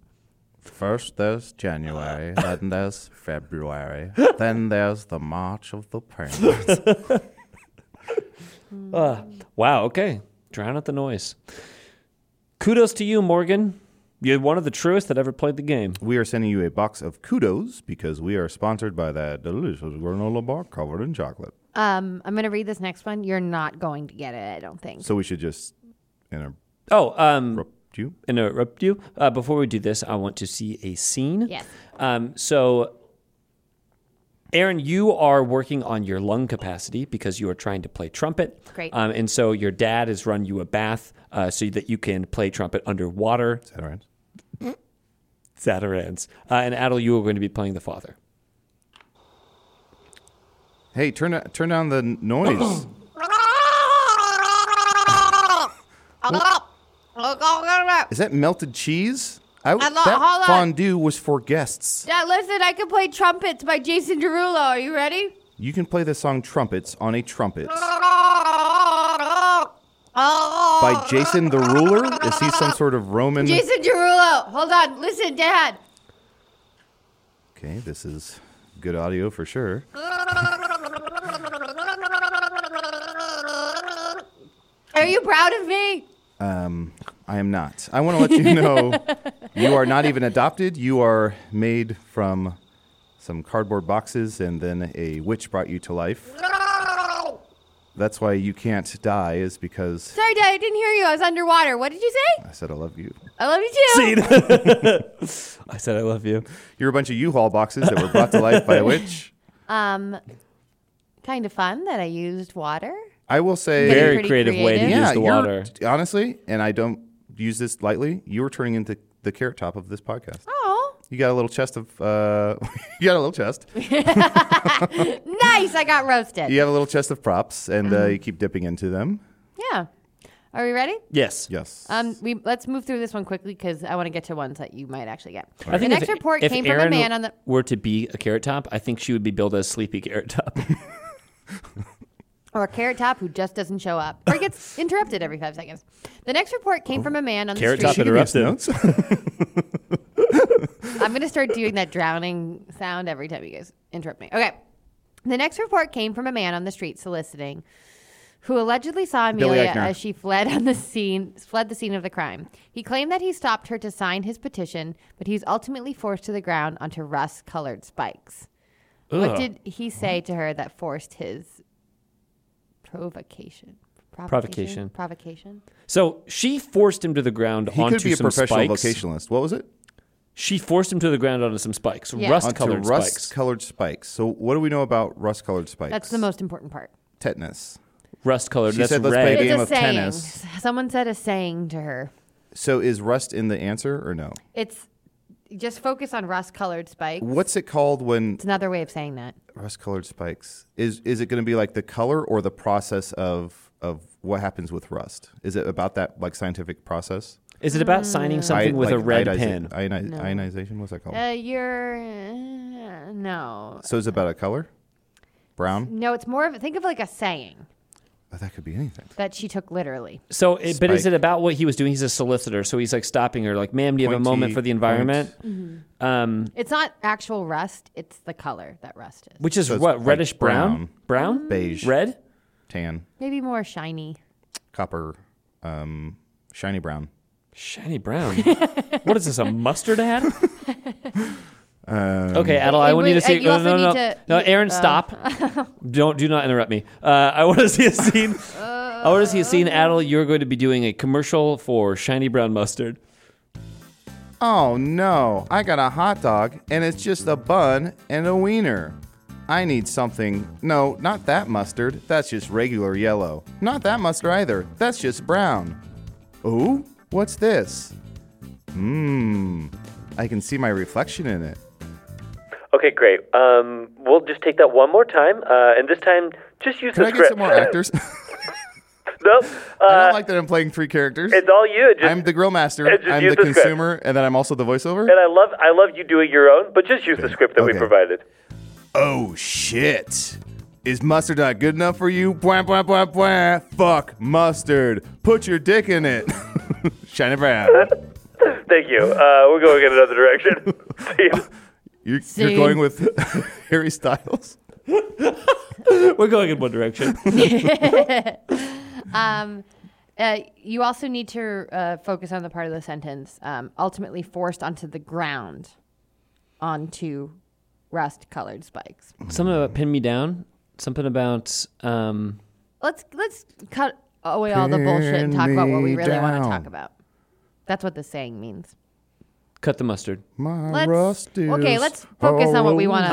Speaker 2: First there's January, then there's February, then there's the March of the Penguins.
Speaker 3: Uh, wow, okay. Drown out the noise. Kudos to you, Morgan. You're one of the truest that ever played the game.
Speaker 2: we are sending you a box of kudos because we are sponsored by that delicious granola bar covered in chocolate.
Speaker 4: Um, I'm gonna read this next one. You're not going to get it, I don't think.
Speaker 2: So we should just interrupt
Speaker 3: Oh, um,
Speaker 2: you.
Speaker 3: interrupt you. Uh, before we do this, I want to see a scene.
Speaker 4: Yes.
Speaker 3: Um, so, Aaron, you are working on your lung capacity because you are trying to play trumpet.
Speaker 4: Great.
Speaker 3: Um, and so your dad has run you a bath uh, so that you can play trumpet underwater.
Speaker 2: Is that all right?
Speaker 3: Zatarans. Uh, and Adel, you are going to be playing the father.
Speaker 2: Hey, turn turn down the n- noise. Is that melted cheese? I, w-
Speaker 4: I lo-
Speaker 2: that
Speaker 4: hold on.
Speaker 2: fondue was for guests.
Speaker 4: Dad, listen, I can play trumpets by Jason Derulo. Are you ready?
Speaker 2: You can play the song Trumpets on a Trumpet by Jason the Ruler. Is he some sort of Roman?
Speaker 4: Jason Derulo. Hold on. Listen, Dad.
Speaker 2: Okay, this is good audio for sure.
Speaker 4: Are you proud of me?
Speaker 2: Um, I am not. I want to let you know you are not even adopted. You are made from some cardboard boxes, and then a witch brought you to life. That's why you can't die, is because
Speaker 4: Sorry, Dad, I didn't hear you. I was underwater. What did you say?
Speaker 2: I said I love you.
Speaker 4: I love you too.
Speaker 3: Scene. I said I love you.
Speaker 2: You're a bunch of U-Haul boxes that were brought to life by a witch.
Speaker 4: Um, kind of fun that I used water.
Speaker 2: I will say,
Speaker 4: Very
Speaker 3: Very
Speaker 4: pretty
Speaker 3: creative, way to
Speaker 4: creative.
Speaker 2: yeah,
Speaker 3: use the
Speaker 2: you're-
Speaker 3: water.
Speaker 2: honestly, and I don't use this lightly. You were turning into the carrot top of this podcast.
Speaker 4: Oh,
Speaker 2: You got a little chest of, uh, you got a little chest.
Speaker 4: nice. I got roasted.
Speaker 2: You have a little chest of props, and
Speaker 3: Uh-huh.
Speaker 2: uh, you keep dipping into them.
Speaker 4: Yeah. Are we ready?
Speaker 3: Yes.
Speaker 2: Yes.
Speaker 4: Um, we let's move through this one quickly because I want to get to ones that you might actually get.
Speaker 3: I
Speaker 4: the
Speaker 3: think
Speaker 4: next
Speaker 3: if-
Speaker 4: report
Speaker 3: if
Speaker 4: came from
Speaker 3: Aaron
Speaker 4: a man on the.
Speaker 3: were to be a carrot top, I think she would be billed as sleepy carrot top.
Speaker 4: Or Carrot Top, who just doesn't show up or gets interrupted every five seconds. The next report came from a man on
Speaker 3: Carrot
Speaker 4: the
Speaker 3: Top
Speaker 4: street.
Speaker 3: interrupted.
Speaker 2: notes?
Speaker 4: I'm going to start doing that drowning sound every time you guys interrupt me. Okay. The next report came from a man on the street soliciting who allegedly saw
Speaker 2: Billy
Speaker 4: Amelia
Speaker 2: Eichner.
Speaker 4: as she fled on the scene fled the scene of the crime. He claimed that he stopped her to sign his petition, but he was ultimately forced to the ground onto rust-colored spikes. What
Speaker 3: Ugh.
Speaker 4: did he say to her that forced his provocation?
Speaker 3: Provocation.
Speaker 4: Provocation.
Speaker 3: So she forced him to the ground
Speaker 2: He
Speaker 3: onto
Speaker 2: could be a
Speaker 3: some
Speaker 2: professional
Speaker 3: spikes.
Speaker 2: vocationalist. What was it?
Speaker 3: She forced him to the ground onto some spikes,
Speaker 4: Yeah.
Speaker 3: rust-colored
Speaker 2: Onto rust
Speaker 3: spikes.
Speaker 2: colored spikes. So, what do we know about rust colored spikes?
Speaker 4: That's the most important part.
Speaker 2: tetanus.
Speaker 3: Rust-colored.
Speaker 2: She
Speaker 3: That's
Speaker 2: said,
Speaker 3: red.
Speaker 2: "Let's play a
Speaker 4: it's
Speaker 2: game
Speaker 4: a
Speaker 2: of
Speaker 4: saying.
Speaker 2: tennis.
Speaker 4: Someone said a saying to her.
Speaker 2: So, is rust in the answer or no?
Speaker 4: It's just focus on rust colored spikes.
Speaker 2: What's it called when
Speaker 4: It's another way of saying that.
Speaker 2: rust colored spikes? Is is it going to be like the color or the process of of what happens with rust? Is it about that like scientific process?
Speaker 3: Is it about
Speaker 4: Mm.
Speaker 3: signing something
Speaker 2: I-
Speaker 3: with a
Speaker 2: like
Speaker 3: red
Speaker 2: ioniza-
Speaker 3: pen?
Speaker 2: ioni- Ionization. What's that called?
Speaker 4: Uh, you're uh, no,
Speaker 2: so, is it about a color? Brown.
Speaker 4: no. It's more of think of like a saying
Speaker 2: Oh, that could be anything.
Speaker 4: that she took literally.
Speaker 3: So, it, but is
Speaker 2: Spike.
Speaker 3: it about what he was doing? He's a solicitor, so he's like stopping her, like, "Ma'am, do you have a
Speaker 2: Pointy
Speaker 3: moment for the environment?" Um,
Speaker 4: It's not actual rust. It's the color that rust is.
Speaker 3: which is
Speaker 2: So it's
Speaker 3: what
Speaker 2: like
Speaker 3: reddish brown, brown,
Speaker 2: Beige.
Speaker 3: red.
Speaker 2: Tan.
Speaker 4: Maybe more shiny.
Speaker 2: Copper. Um, shiny brown.
Speaker 3: Shiny brown. what is this? A mustard ad?
Speaker 2: Um,
Speaker 3: okay, Adel, I
Speaker 4: Wait,
Speaker 3: want you
Speaker 4: wait,
Speaker 3: to see.
Speaker 4: uh, you
Speaker 3: no,
Speaker 4: also
Speaker 3: no, no,
Speaker 4: need
Speaker 3: no,
Speaker 4: to-
Speaker 3: no,
Speaker 4: you-
Speaker 3: Aaron,
Speaker 4: uh,
Speaker 3: stop! Don't do not interrupt me. Uh, I want to see a scene.
Speaker 4: Uh,
Speaker 3: I want to see a scene. Adel, you're going to be doing a commercial for shiny brown mustard.
Speaker 2: Oh no, I got a hot dog and it's just a bun and a wiener. I need something. No, not that mustard. That's just regular yellow. Not that mustard either. That's just brown. Ooh, what's this? Mmm, I can see my reflection in it.
Speaker 5: Okay, great. Um, we'll just take that one more time, uh, and this time just use
Speaker 2: Can
Speaker 5: the
Speaker 2: I get
Speaker 5: script.
Speaker 2: some more actors?
Speaker 5: no,
Speaker 2: I don't
Speaker 5: uh,
Speaker 2: like that I'm playing three characters.
Speaker 5: it's all you. Just,
Speaker 2: I'm the grill master,
Speaker 5: It's just
Speaker 2: I'm
Speaker 5: use
Speaker 2: the
Speaker 5: the script.
Speaker 2: consumer, and then I'm also the voiceover.
Speaker 5: and I love, I love you doing your own, but just use the script that
Speaker 2: Okay.
Speaker 5: we provided.
Speaker 2: Oh shit. Is mustard not good enough for you? Bwah, bwah, bwah, bwah. Fuck mustard. Put your dick in it. Shine it brown.
Speaker 5: Thank you. Uh, we're going in another direction. See you.
Speaker 2: You're, you're
Speaker 4: Scene.
Speaker 2: going with Harry Styles.
Speaker 3: We're going in one direction.
Speaker 4: Uh, you also need to uh, focus on the part of the sentence um, ultimately forced onto the ground, onto rust colored spikes.
Speaker 3: Something about pin me down. Something about um,
Speaker 4: let's let's cut away all the bullshit and
Speaker 2: Pin
Speaker 4: talk about what we
Speaker 2: me
Speaker 4: really want to
Speaker 2: down.
Speaker 4: talk about. That's what the saying means.
Speaker 3: cut the mustard.
Speaker 2: My
Speaker 4: Let's-
Speaker 2: rust is
Speaker 4: okay, let's focus on what we wanna-
Speaker 2: all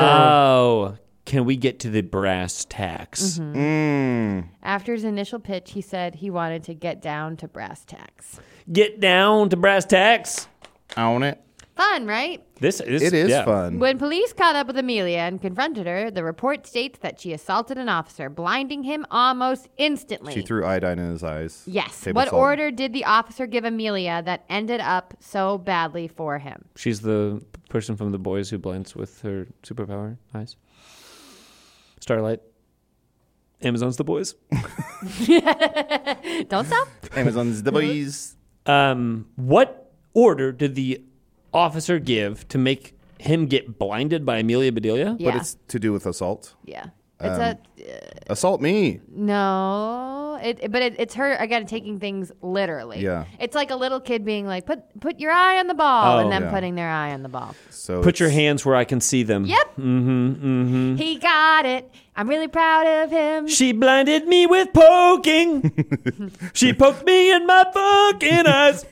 Speaker 2: over.
Speaker 3: Oh, can we get to the brass tacks?
Speaker 2: Mm.
Speaker 4: After his initial pitch, he said he wanted to get down to brass tacks.
Speaker 3: Get down to brass tacks.
Speaker 2: Own it.
Speaker 4: Fun, right?
Speaker 3: This is
Speaker 2: It is
Speaker 3: yeah.
Speaker 2: fun.
Speaker 4: When police caught up with Amelia and confronted her, the report states that she assaulted an officer, blinding him almost instantly.
Speaker 2: She threw iodine in his eyes.
Speaker 4: yes.
Speaker 2: Table
Speaker 4: what
Speaker 2: salt.
Speaker 4: order did the officer give Amelia that ended up so badly for him?
Speaker 3: She's the person from The Boys who blinds with her superpower eyes. Starlight. Amazon's The Boys.
Speaker 4: Don't stop.
Speaker 2: Amazon's the boys.
Speaker 3: Um, what order did the officer give to make him get blinded by Amelia Bedelia?
Speaker 4: yeah.
Speaker 2: But it's um, to do with assault.
Speaker 4: yeah. It's a
Speaker 2: Assault me.
Speaker 4: No, it, it- but it, it's her again taking things literally.
Speaker 2: Yeah.
Speaker 4: it's like a little kid being like, "Put put your eye on the ball,"
Speaker 3: Oh.
Speaker 4: and them
Speaker 2: Yeah.
Speaker 4: putting their eye on the ball.
Speaker 2: So
Speaker 3: Put your
Speaker 2: it's-
Speaker 3: hands where I can see them.
Speaker 4: Yep. Mm-hmm, mm-hmm. He got it. I'm really proud of him.
Speaker 3: She blinded me with poking. she poked me in my fucking eyes.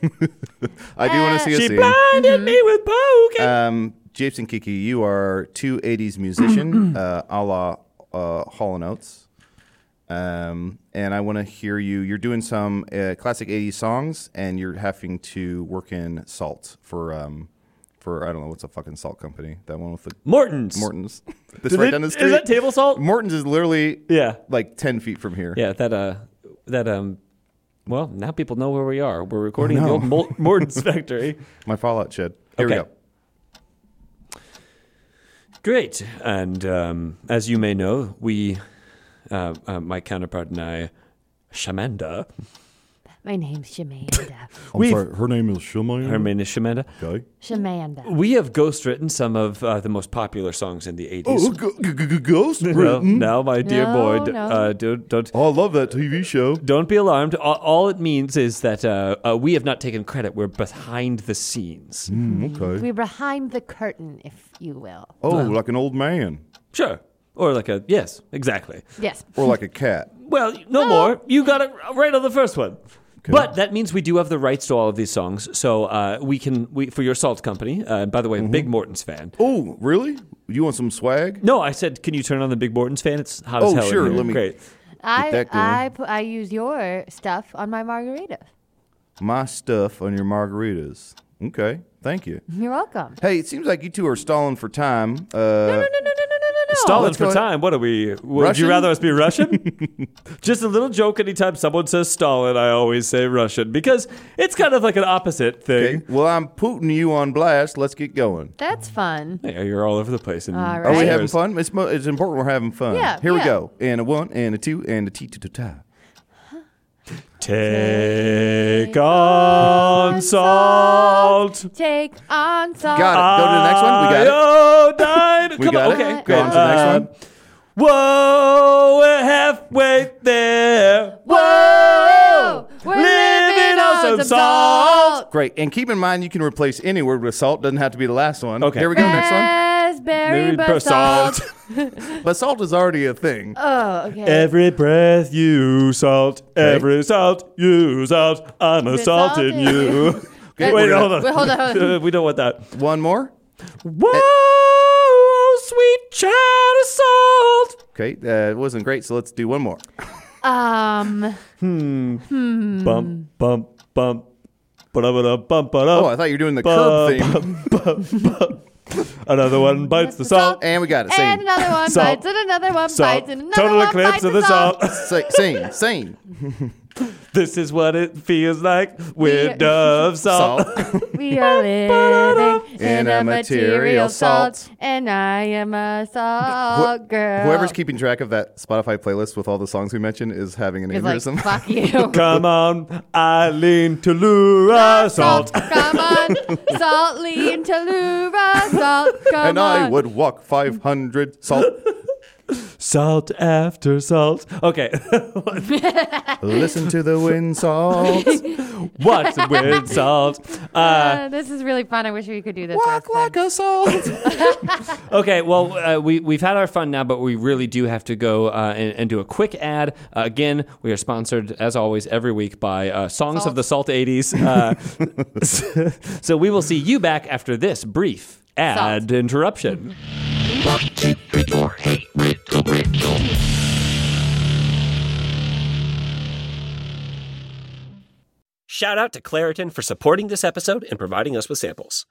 Speaker 2: I do
Speaker 4: Uh,
Speaker 2: want to see a
Speaker 3: She
Speaker 2: scene.
Speaker 3: blinded me with poking.
Speaker 2: Um, Japes and Kiki, you are two '80s musician, uh, a la uh, Hall and Oates. Um, and I want to hear you. You're doing some uh, classic '80s songs, and you're having to work in salt for um, for I don't know what's a fucking salt company. That one with the
Speaker 3: Morton's.
Speaker 2: Mortons. This
Speaker 3: Did
Speaker 2: right
Speaker 3: it-
Speaker 2: down the
Speaker 3: is
Speaker 2: street.
Speaker 3: that table salt?
Speaker 2: Mortons is literally
Speaker 3: Yeah.
Speaker 2: like ten feet from here.
Speaker 3: Yeah, that uh, that um, well, now people know where we are. We're recording
Speaker 2: Oh, no.
Speaker 3: at the old Mol- Morton's factory.
Speaker 2: My fallout shed. Here we
Speaker 3: Okay.
Speaker 2: go.
Speaker 3: Great, and um, as you may know, we uh, uh, my counterpart and I, Shamanda.
Speaker 4: My name's Shamanda.
Speaker 2: I'm
Speaker 3: We've-
Speaker 2: sorry, her name is Shumai.
Speaker 3: Her name is Shamanda.
Speaker 2: Okay.
Speaker 4: Shamanda.
Speaker 3: We have ghostwritten some of uh, the most popular songs in the 80s.
Speaker 2: Oh, g- g- g- ghost
Speaker 3: Well,
Speaker 2: written.
Speaker 3: now, my dear
Speaker 4: No,
Speaker 3: boy, d-
Speaker 4: no.
Speaker 3: uh, don't, don't
Speaker 2: Oh, I love that TV show.
Speaker 3: Don't be alarmed. All, all it means is that uh, uh, we have not taken credit. We're behind the scenes.
Speaker 2: Mm, okay.
Speaker 4: We're behind the curtain, if you will.
Speaker 2: Oh, like an old man
Speaker 3: Sure. Or like a yes, exactly.
Speaker 4: Yes.
Speaker 2: or like a cat.
Speaker 3: Well, no more. You got it right on the first one. But that means we do have the rights to all of these songs, so uh, we can we for your salt company. Uh, by the way, big
Speaker 2: Mm-hmm.
Speaker 3: Morton's fan.
Speaker 2: Oh, really? You want some swag?
Speaker 3: No, I said, can you turn on the big Morton's fan? It's hot as
Speaker 2: Oh,
Speaker 3: hell. in
Speaker 2: sure,
Speaker 3: here.
Speaker 2: let me-
Speaker 3: Great.
Speaker 4: I
Speaker 2: that going.
Speaker 4: I pu- I use your stuff on my margarita.
Speaker 2: My stuff on your margaritas. Okay, thank you.
Speaker 4: You're welcome.
Speaker 2: Hey, it seems like you two are stalling for time. Uh,
Speaker 4: No, no, no, no, no, no, no, no.
Speaker 3: Stalin
Speaker 2: let's go
Speaker 3: for
Speaker 2: ahead.
Speaker 3: time. What are we? Would
Speaker 2: Russian?
Speaker 3: you rather us be Russian? Just a little joke. Anytime someone says Stalin, I always say Russian because it's kind of like an opposite thing.
Speaker 2: okay. Well, I'm putting you on blast. Let's get going.
Speaker 4: That's fun.
Speaker 3: Yeah, you're all over the place. And
Speaker 4: All
Speaker 2: Are we
Speaker 4: Right.
Speaker 2: having fun? It's, mo- it's important we're having fun.
Speaker 4: Yeah,
Speaker 2: Here we
Speaker 4: yeah. Uh,
Speaker 2: go. And a one, and a two, and a t t t ta.
Speaker 3: Take on salt.
Speaker 4: Take on salt.
Speaker 3: Ah.
Speaker 2: Got it. Go to the next one. We got it. We
Speaker 3: Iodine. Oh, Come
Speaker 2: got
Speaker 3: on.
Speaker 2: it.
Speaker 3: Okay.
Speaker 2: Go
Speaker 3: great.
Speaker 2: on to the
Speaker 3: Uh,
Speaker 2: next one.
Speaker 3: Whoa, we're halfway there.
Speaker 4: Whoa, Oh, we're
Speaker 3: living on some salt.
Speaker 2: Great. And keep in mind, you can replace any word with salt. Doesn't have to be the last one.
Speaker 3: Okay.
Speaker 2: Here we go. Next
Speaker 4: Uh,
Speaker 2: one.
Speaker 4: Raspberry
Speaker 3: Maybe
Speaker 4: basalt.
Speaker 3: basalt.
Speaker 2: But salt is already a thing.
Speaker 4: Oh, okay.
Speaker 3: Every breath you salt, every salt you salt, I'm a salt in
Speaker 4: salted.
Speaker 3: you.
Speaker 2: Okay,
Speaker 3: Wait,
Speaker 2: we're
Speaker 3: hold
Speaker 2: gonna-
Speaker 3: on.
Speaker 4: Wait, hold on, hold on.
Speaker 3: Uh, we don't want that.
Speaker 2: One more.
Speaker 3: Whoa, Oh, sweet china salt.
Speaker 2: Okay. Uh, it wasn't great, so let's do one more.
Speaker 4: Um,
Speaker 3: Bump, bump, bump. Ba-da-ba-da, bump,
Speaker 2: Oh,
Speaker 3: ba-da.
Speaker 2: I thought you were doing the
Speaker 3: Ba-
Speaker 2: curb theme.
Speaker 3: Another one bites the salt.
Speaker 2: And we got it.
Speaker 4: and
Speaker 2: Same.
Speaker 4: another one
Speaker 3: Salt.
Speaker 4: bites, and another one
Speaker 3: Salt.
Speaker 4: bites, and another
Speaker 3: Total
Speaker 4: one
Speaker 3: eclipse
Speaker 4: bites
Speaker 3: of the
Speaker 4: salt.
Speaker 3: salt.
Speaker 2: Sa- Same. Same.
Speaker 3: This is what it feels like with
Speaker 4: We-
Speaker 3: Dove salt.
Speaker 2: Salt.
Speaker 4: We are living in
Speaker 2: In
Speaker 4: a
Speaker 2: a
Speaker 4: material
Speaker 2: material
Speaker 4: salt,
Speaker 2: salt.
Speaker 4: and I am a salt girl.
Speaker 2: Whoever's keeping track of that Spotify playlist with all the songs we mentioned is having an
Speaker 4: is like,
Speaker 2: aneurysm.
Speaker 4: fuck you.
Speaker 3: Come on, Eileen Tellura salt.
Speaker 4: come on, salt, lean, Tellura, salt, come
Speaker 2: and
Speaker 4: on.
Speaker 2: I would walk 500 salt.
Speaker 3: Salt after salt. Okay.
Speaker 2: Listen to the wind salt.
Speaker 3: What's with salt? Uh,
Speaker 4: Uh, this is really fun. I wish we could do this. last
Speaker 2: walk
Speaker 4: time.
Speaker 2: like a salt.
Speaker 3: okay, well, uh, we, we've had our fun now, but we really do have to go uh, and, and do a quick ad. Uh, again, we are sponsored, as always, every week by uh, Songs of the Salt 80s. Uh, so we will see you back after this brief ad interruption.
Speaker 6: Shout out to Claritin for supporting this episode and providing us with samples.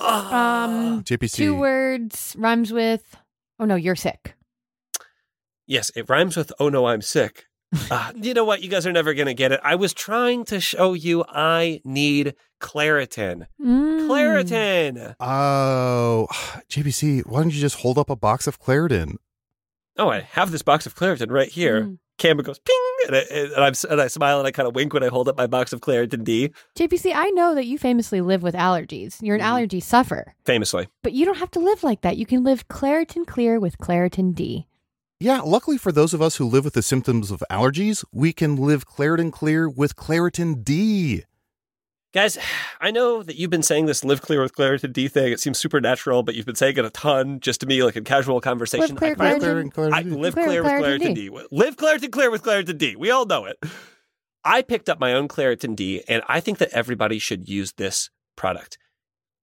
Speaker 4: Um,
Speaker 2: JPC.
Speaker 4: two words rhymes with. Oh no, you're sick.
Speaker 6: Yes, it rhymes with "Oh no, I'm sick." Uh, you know what? You guys are never gonna get it. I was trying to show you I need Claritin.
Speaker 4: Mm.
Speaker 6: Claritin.
Speaker 2: Oh, JBC, why don't you just hold up a box of Claritin?
Speaker 6: Oh, I have this box of Claritin right here.
Speaker 4: Mm.
Speaker 6: Camera goes ping, and I, and I'm and I smile and I kind of wink when I hold up my box of Claritin D.
Speaker 4: JPC, I know that you famously live with allergies. You're an
Speaker 6: Mhm.
Speaker 4: allergy sufferer,
Speaker 6: Famously,
Speaker 4: but you don't have to live like that. You can live Claritin Clear with Claritin D.
Speaker 7: Yeah, luckily for those of us who live with the symptoms of allergies, we can live Claritin Clear with Claritin D.
Speaker 6: guys, I know that you've been saying this "Live Clear with Claritin D" thing. It seems supernatural, but you've been saying it a ton, just to me, like in casual conversation.
Speaker 4: Live clear,
Speaker 6: I finally-
Speaker 4: Claritin.
Speaker 6: I live
Speaker 4: Clear
Speaker 6: clear,
Speaker 4: with
Speaker 6: with
Speaker 4: Claritin
Speaker 6: Claritin D. Live Claritin clear with Claritin D. We all know it. I picked up my own Claritin D, and I think that everybody should use this product.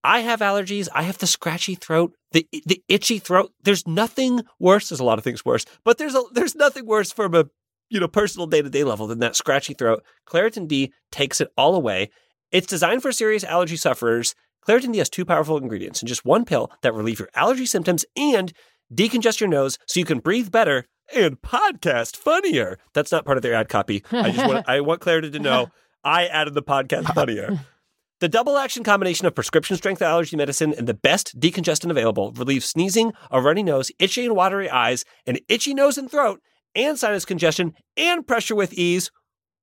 Speaker 6: I have allergies. I have the scratchy throat, the the itchy throat. There's nothing worse. There's a lot of things worse, but there's a there's nothing worse from a you know personal day to day level than that scratchy throat. Claritin D takes it all away. It's designed for serious allergy sufferers. Claritin D has two powerful ingredients in just one pill that relieve your allergy symptoms and decongest your nose so you can breathe better and podcast funnier. That's not part of their ad copy. I just want I want Clarity to know I added the podcast funnier.
Speaker 3: The double action combination of prescription strength allergy medicine and the best decongestant available relieves sneezing, a runny nose, itchy and watery eyes, an itchy nose and throat, and sinus congestion and pressure with ease.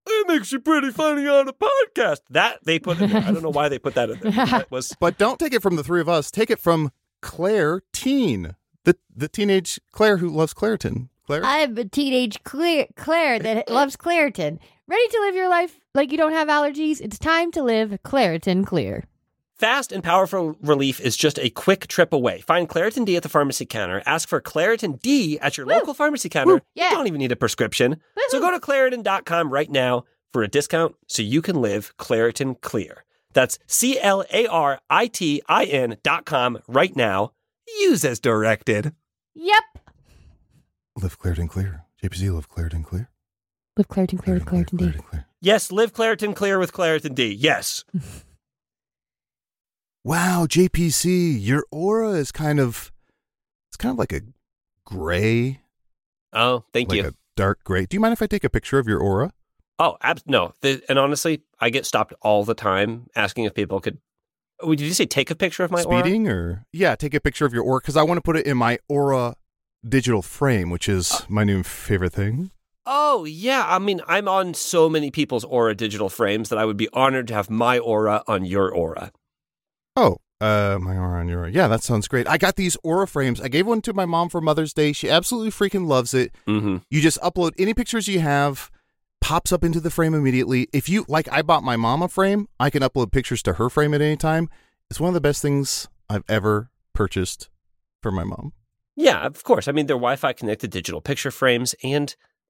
Speaker 3: It makes you pretty funny on a podcast. That they put in there. I don't know why they put that in there. That was
Speaker 2: But don't take it from the three of us. Take it from Claire Teen, the the teenage Claire who loves Claritin. Claire,
Speaker 4: I'm a teenage Claire, Claire that loves Claritin. Ready to live your life like you don't have allergies? It's time to live Claritin clear.
Speaker 3: Fast and powerful relief is just a quick trip away. Find Claritin D at the pharmacy counter. Ask for Claritin D at your local pharmacy counter.
Speaker 4: Yeah.
Speaker 3: You don't even need a prescription. So go to Claritin.com right now for a discount so you can live Claritin clear. That's C L A R I T I N.com right now. Use as directed.
Speaker 4: Yep.
Speaker 2: live Claritin Clear. JPC, love Claritin Clear.
Speaker 4: Live Claritin clear with Claritin D.
Speaker 2: Clear.
Speaker 3: Yes, live Claritin clear with Claritin D. Yes.
Speaker 2: Wow, JPC, your aura is kind of it's kind of like a gray,
Speaker 3: Oh, thank
Speaker 2: like
Speaker 3: you.
Speaker 2: a dark gray. Do you mind if I take a picture of your aura?
Speaker 3: Oh, ab- no. The, and honestly, I get stopped all the time asking if people could. Oh, Did you say take a picture of my aura?
Speaker 2: Speeding or yeah, take a picture of your aura because I want to put it in my aura digital frame, which is
Speaker 3: Ah.
Speaker 2: my new favorite thing.
Speaker 3: Oh, yeah. I mean, I'm on so many people's Aura digital frames that I would be honored to have my Aura on your Aura.
Speaker 2: Oh, uh, my aura on your yeah, that sounds great. I got these aura frames. I gave one to my mom for Mother's Day. She absolutely freaking loves it.
Speaker 3: Mm-hmm.
Speaker 2: You just upload any pictures you have, pops up into the frame immediately. If you like, I bought my mom a frame. I can upload pictures to her frame at any time. It's one of the best things I've ever purchased for my mom.
Speaker 3: Yeah, of course. I mean, they're Wi Fi connected digital picture frames, and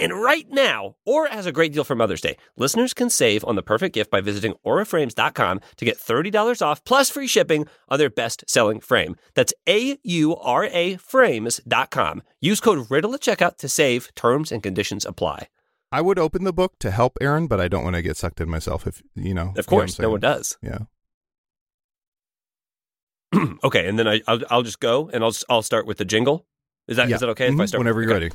Speaker 3: And right now, Aura has a great deal for Mother's Day. Listeners can save on the perfect gift by visiting auraframes.com to get $30 off plus free shipping on their best-selling frame. That's A U R A frames.com. Use code Riddle at checkout to save. Terms and conditions apply.
Speaker 2: I would open the book to help Aaron, but I don't want to get sucked in myself. If you know,
Speaker 3: Of course, no one does.
Speaker 2: Yeah.
Speaker 3: okay, and then I I'll, I'll just go and I'll s- I'll start with the jingle. Is that is
Speaker 2: Yeah.
Speaker 3: that okay if I
Speaker 2: Mhm.
Speaker 3: start
Speaker 2: whenever
Speaker 3: with,
Speaker 2: you're
Speaker 3: okay.
Speaker 2: ready?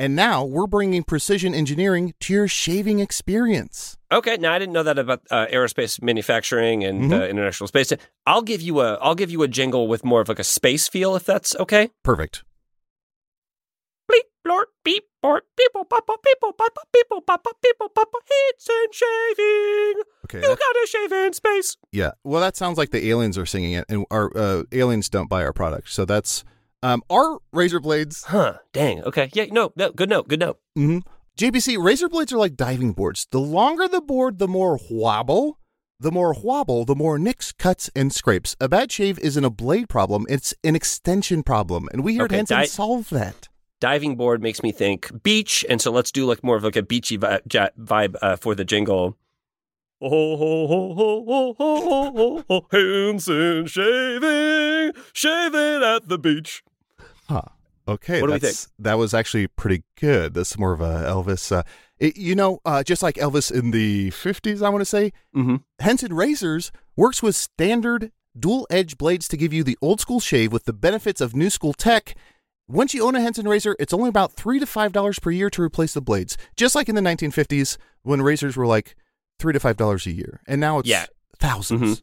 Speaker 2: And now we're bringing precision engineering to your shaving experience.
Speaker 3: Okay, now I didn't know that about uh, aerospace manufacturing and
Speaker 2: Mm-hmm.
Speaker 3: uh, international space. Sta- I'll give you a I'll give you a jingle with more of like a space feel if that's okay.
Speaker 2: Perfect.
Speaker 3: bleep, blort, beep, bort, people, papa, people, papa, people, papa, people, papa, heats and shaving.
Speaker 2: Okay.
Speaker 3: You
Speaker 2: that-
Speaker 3: gotta shave in space.
Speaker 2: yeah. Well, that sounds like the aliens are singing it, and our uh, aliens don't buy our product. So that's um, our razor blades.
Speaker 3: Huh, dang, okay. Yeah, no, no, good note, good note.
Speaker 2: Mm-hmm. JBC, razor blades are like diving boards. The longer the board, the more wobble. The more wobble, the more nicks, cuts, and scrapes. A bad shave isn't a blade problem, it's an extension problem. And we here
Speaker 3: Okay,
Speaker 2: at Hanson
Speaker 3: di-
Speaker 2: solve that.
Speaker 3: Diving board makes me think beach, and so let's do like more of like a beachy vi- ja- vibe uh, for the jingle. Oh, oh, oh, oh, oh, oh, oh, oh, Hanson shaving, shaving at the beach.
Speaker 2: Huh. Okay.
Speaker 3: What do we
Speaker 2: that's- That was actually pretty good. That's more of a Elvis. Uh, it- you know, uh, just like Elvis in the 50s, I want to say,
Speaker 3: Mm-hmm.
Speaker 2: Henson Razors works with standard
Speaker 7: dual edge blades to give you the old school shave with the benefits of new school tech. Once you own a Henson razor, it's only about three to five dollars per year to replace the blades. Just like in the 1950s when razors were like three to five dollars a year, and now it's
Speaker 6: Yeah. Mm-hmm.
Speaker 7: 1000s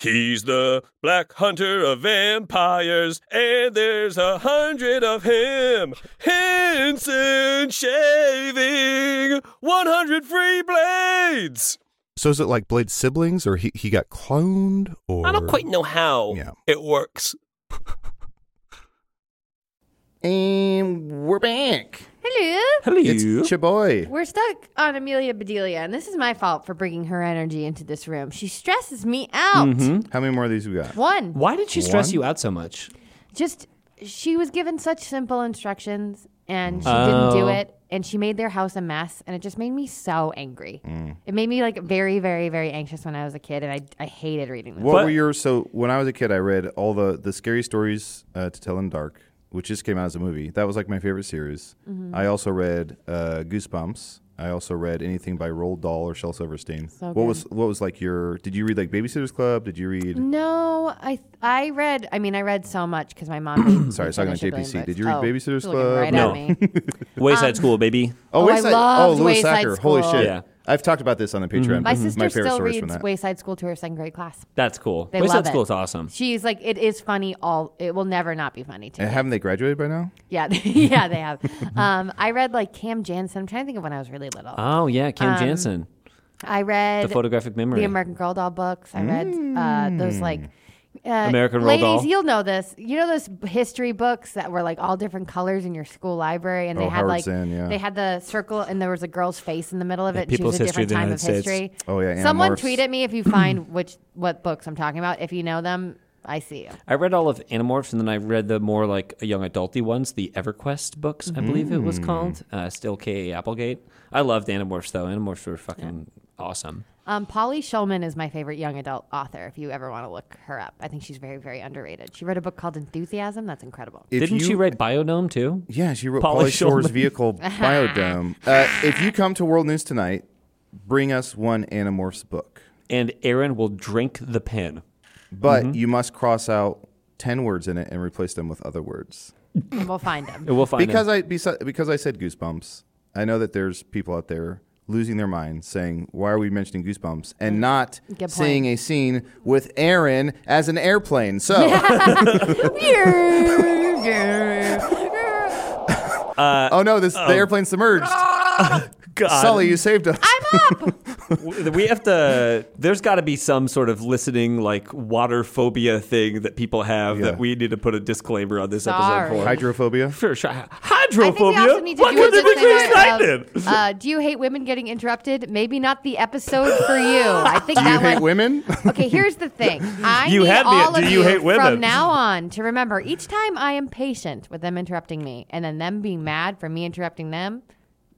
Speaker 6: He's the black hunter of vampires, and there's a hundred of him. Henson shaving 100 free blades.
Speaker 7: So is it like Blade's siblings, or he, he got cloned, or
Speaker 6: I don't quite know how
Speaker 7: Yeah.
Speaker 6: it works.
Speaker 2: And we're back.
Speaker 4: Hello.
Speaker 3: Hello.
Speaker 2: It's Chaboy.
Speaker 4: We're stuck on Amelia Bedelia, and this is my fault for bringing her energy into this room. She stresses me out.
Speaker 2: How many more of these we got?
Speaker 4: One,
Speaker 3: Why did she stress
Speaker 2: One?
Speaker 3: you out so much?
Speaker 4: just she was given such simple instructions, and she
Speaker 3: Oh.
Speaker 4: didn't do it, and she made their house a mess, and it just made me so angry.
Speaker 2: Mm.
Speaker 4: It made me like very, very, very anxious when I was a kid, and I, I hated reading this.
Speaker 2: What
Speaker 3: But-
Speaker 2: were your so when I was a kid I read all the the scary stories uh, to tell in dark, which just came out as a movie. That was like my favorite series. I also read uh, Goosebumps. I also read anything by Roald Dahl or Shel Silverstein.
Speaker 4: So
Speaker 2: what
Speaker 4: good.
Speaker 2: was what was like your? Did you read like Babysitters Club? Did you read?
Speaker 4: No, I I read. I mean, I read so much because my mom. made
Speaker 2: Sorry, I was
Speaker 4: me
Speaker 2: talking
Speaker 4: finish
Speaker 2: to
Speaker 4: a billion
Speaker 2: JPC.
Speaker 4: books.
Speaker 2: Did you read
Speaker 4: Oh,
Speaker 2: Babysitter's
Speaker 4: you're looking
Speaker 2: Club?
Speaker 4: Right
Speaker 3: No.
Speaker 4: At me.
Speaker 3: Wayside School, baby.
Speaker 4: Oh, I
Speaker 2: Wayside-
Speaker 4: loved
Speaker 2: oh, Lewis
Speaker 4: Wayside
Speaker 2: Sacker. Holy
Speaker 4: School. Mm-hmm.
Speaker 2: shit!
Speaker 3: Yeah.
Speaker 2: I've talked about this on the Patreon.
Speaker 4: My
Speaker 2: Mhm.
Speaker 4: sister
Speaker 2: favorite
Speaker 4: still
Speaker 2: stories from
Speaker 4: reads
Speaker 2: that.
Speaker 4: Wayside School to her second grade class.
Speaker 3: That's cool.
Speaker 4: They
Speaker 3: Wayside
Speaker 4: love
Speaker 3: School
Speaker 4: it.
Speaker 3: is awesome.
Speaker 4: She's like, it is funny. All it will never not be funny to
Speaker 2: And
Speaker 4: me.
Speaker 2: haven't they graduated by now?
Speaker 4: Yeah, yeah, they have. um, I read like Cam Jansen. I'm trying to think of when I was really little.
Speaker 3: Oh yeah, Cam Jansen,
Speaker 4: I read
Speaker 3: the photographic memory.
Speaker 4: Um, the American Girl doll books. I read uh, those like uh,
Speaker 3: Mm. American Girl
Speaker 4: ladies.
Speaker 3: Doll.
Speaker 4: You'll know this. You know those history books that were like all different colors in your school library, and they
Speaker 2: Oh,
Speaker 4: had
Speaker 2: Howard
Speaker 4: like
Speaker 2: Zinn, yeah.
Speaker 4: they had the circle, and there was a girl's face in the middle of it. and
Speaker 3: People's
Speaker 4: she was a
Speaker 3: History of
Speaker 4: different
Speaker 3: the
Speaker 4: time
Speaker 3: United
Speaker 4: of
Speaker 3: States.
Speaker 4: history.
Speaker 2: Oh, yeah, Anna
Speaker 4: Someone
Speaker 2: Morse.
Speaker 4: tweet at me if you find which what books I'm talking about. If you know them, I see you.
Speaker 3: I read all of Animorphs, and then I read the more like young adulty ones, the EverQuest books, I believe it was
Speaker 2: Mm.
Speaker 3: called. Uh, still K. A. Applegate. I loved Animorphs though. Animorphs were fucking awesome.
Speaker 4: Um, Polly Shulman is my favorite young adult author. If you ever want to look her up, I think she's very, very underrated. She wrote a book called Enthusiasm. That's incredible.
Speaker 2: If
Speaker 3: Didn't
Speaker 2: you-
Speaker 3: she write Biodome too?
Speaker 2: Yeah, she wrote
Speaker 3: Polly
Speaker 2: Polly Shore's
Speaker 3: Shulman.
Speaker 2: vehicle Biodome. Uh, if you come to World News tonight, bring us one Animorphs book,
Speaker 3: And Aaron will drink the pen.
Speaker 2: but you must cross out ten words in it and replace them with other words.
Speaker 4: and we'll find them.
Speaker 3: We'll find
Speaker 2: because
Speaker 3: him.
Speaker 2: I besi- because I said Goosebumps, I know that there's people out there losing their minds saying, "Why are we mentioning Goosebumps?" and not
Speaker 4: Mm. point.
Speaker 2: seeing a scene with Aaron as an airplane. So, oh no, this the airplane submerged.
Speaker 4: Oh,
Speaker 3: God,
Speaker 2: Sully, you saved us.
Speaker 3: w- we have to. There's got to be some sort of listening like water phobia thing that people have
Speaker 2: Yeah.
Speaker 3: that we need to put a disclaimer on this
Speaker 4: Sorry.
Speaker 3: episode for.
Speaker 2: Hydrophobia.
Speaker 3: For sure. Hy-
Speaker 4: I think we also
Speaker 3: Hydrophobia.
Speaker 4: need to
Speaker 3: What
Speaker 4: do a
Speaker 3: could they be
Speaker 4: disclaimer
Speaker 3: excited?
Speaker 4: of, uh, Do you hate women getting interrupted? Maybe not the episode for you. I think
Speaker 2: Do you
Speaker 4: that
Speaker 2: hate
Speaker 4: one.
Speaker 2: women?
Speaker 4: Okay, here's the thing. I
Speaker 3: You
Speaker 4: need
Speaker 3: had me at
Speaker 4: all
Speaker 3: do
Speaker 4: of
Speaker 3: you hate women.
Speaker 4: from now on to remember each time I am patient with them interrupting me and then them being mad for me interrupting them.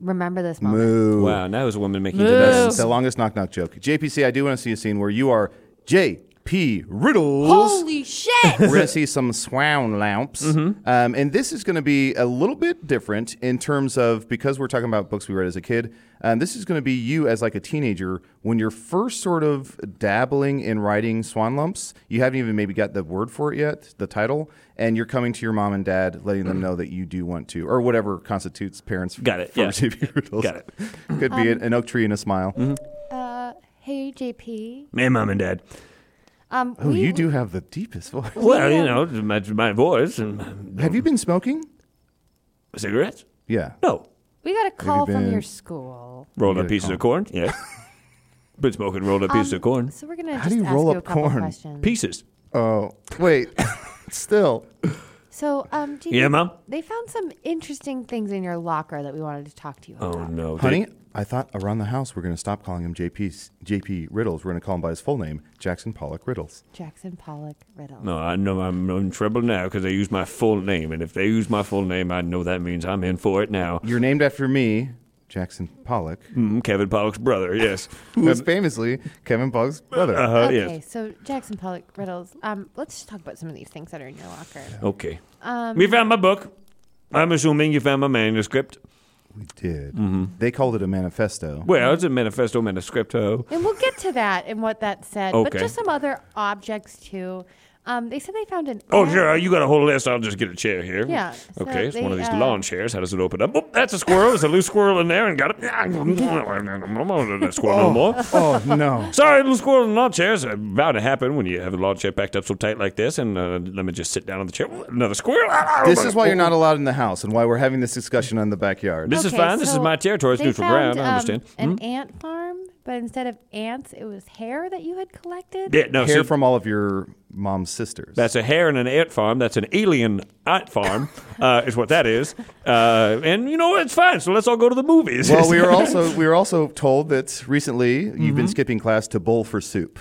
Speaker 4: Remember this moment.
Speaker 2: Moo.
Speaker 3: Wow, now is a woman making
Speaker 2: That's
Speaker 3: demands.
Speaker 2: the longest knock knock joke. JPC, I do want to see a scene where you are JP Riddles.
Speaker 4: Holy shit!
Speaker 2: We're going to see some swan lamps.
Speaker 3: Mm-hmm.
Speaker 2: Um, and this is going to be a little bit different in terms of because we're talking about books we read as a kid. Um, this is going to be you as like a teenager when you're first sort of dabbling in writing swan lumps. You haven't even maybe got the word for it yet, the title, and you're coming to your mom and dad, letting them know that you do want to, or whatever constitutes parents.
Speaker 3: Mm-hmm. Got it,
Speaker 2: For
Speaker 3: yeah.
Speaker 2: JP Riddles.
Speaker 3: Got it. Mm-hmm.
Speaker 2: Could be an, an oak tree and a smile.
Speaker 4: uh, hey, JP.
Speaker 3: Man, mom, and dad.
Speaker 4: Um,
Speaker 2: Oh,
Speaker 4: we-
Speaker 2: you do have the deepest voice.
Speaker 3: Well, you know, my, my voice and
Speaker 2: Have you been smoking?
Speaker 3: cigarettes.
Speaker 2: Yeah.
Speaker 3: No.
Speaker 4: We got a call from
Speaker 2: been-
Speaker 4: your school.
Speaker 3: Rolled
Speaker 2: You
Speaker 3: up
Speaker 2: get a
Speaker 3: pieces
Speaker 2: call.
Speaker 3: of corn. Yeah. Been smoking rolled up pieces
Speaker 4: Um,
Speaker 3: of corn.
Speaker 4: So we're gonna
Speaker 2: How
Speaker 4: just
Speaker 2: do you
Speaker 4: ask
Speaker 2: roll
Speaker 4: you a
Speaker 2: up
Speaker 4: couple
Speaker 2: corn?
Speaker 4: questions.
Speaker 3: Pieces.
Speaker 2: Oh, wait. Still.
Speaker 4: So, um, Jamie,
Speaker 3: Yeah, Mom?
Speaker 4: They found some interesting things in your locker that we wanted to talk to you
Speaker 3: Oh
Speaker 4: about.
Speaker 3: no, dude.
Speaker 2: Honey, I thought around the house we're going to stop calling him JP, JP Riddles. We're going to call him by his full name, Jackson Pollock Riddles.
Speaker 4: Jackson Pollock Riddle.
Speaker 3: No, I know I'm in trouble now because they use my full name, and if they use my full name, I know that means I'm in for it now.
Speaker 2: You're named after me, Jackson Pollock,
Speaker 3: Mm, Kevin Pollock's brother. Yes.
Speaker 2: who is famously Kevin Pollock's brother.
Speaker 3: Uh,
Speaker 4: okay,
Speaker 3: Yes.
Speaker 4: so Jackson Pollock Riddles. Um, let's just talk about some of these things that are in your locker.
Speaker 3: Okay.
Speaker 4: Um,
Speaker 3: we found my book. I'm assuming you found my manuscript.
Speaker 2: We did. They called it a manifesto.
Speaker 3: Well, it's a manifesto manuscripto.
Speaker 4: And we'll get to that and what that said, but
Speaker 3: Okay.
Speaker 4: just some other objects too. Um, they said they found an.
Speaker 3: Oh,
Speaker 4: ad-
Speaker 3: sure. You got a whole list. I'll just get a chair here.
Speaker 4: Yeah, so
Speaker 3: okay. It's one of
Speaker 4: they,
Speaker 3: these
Speaker 4: uh,
Speaker 3: lawn chairs. How does it open up? Oh, that's a squirrel. There's a loose squirrel in there and got it. I'm not in that squirrel no more.
Speaker 2: Oh, no.
Speaker 3: Sorry, little squirrel in the lawn chair. It's about to happen when you have a lawn chair packed up so tight like this. And uh, let me just sit down on the chair. Another squirrel.
Speaker 2: This is why you're not allowed in the house and why we're having this discussion in the backyard.
Speaker 3: This is fine. This is my territory. It's
Speaker 4: they
Speaker 3: neutral
Speaker 4: found,
Speaker 3: ground. I
Speaker 4: um,
Speaker 3: understand. Hmm?
Speaker 4: An ant farm, but instead of ants, it was hair that you had collected.
Speaker 3: Yeah, no,
Speaker 2: Hair
Speaker 3: see,
Speaker 2: from all of your mom's sisters.
Speaker 3: That's a hare and an ant farm. That's an alien ant farm, uh, is what that is. Uh, and you know what? It's fine. So let's all go to the movies.
Speaker 2: well, we were also we were also told that recently you've
Speaker 3: Mm-hmm.
Speaker 2: been skipping class to bowl for soup.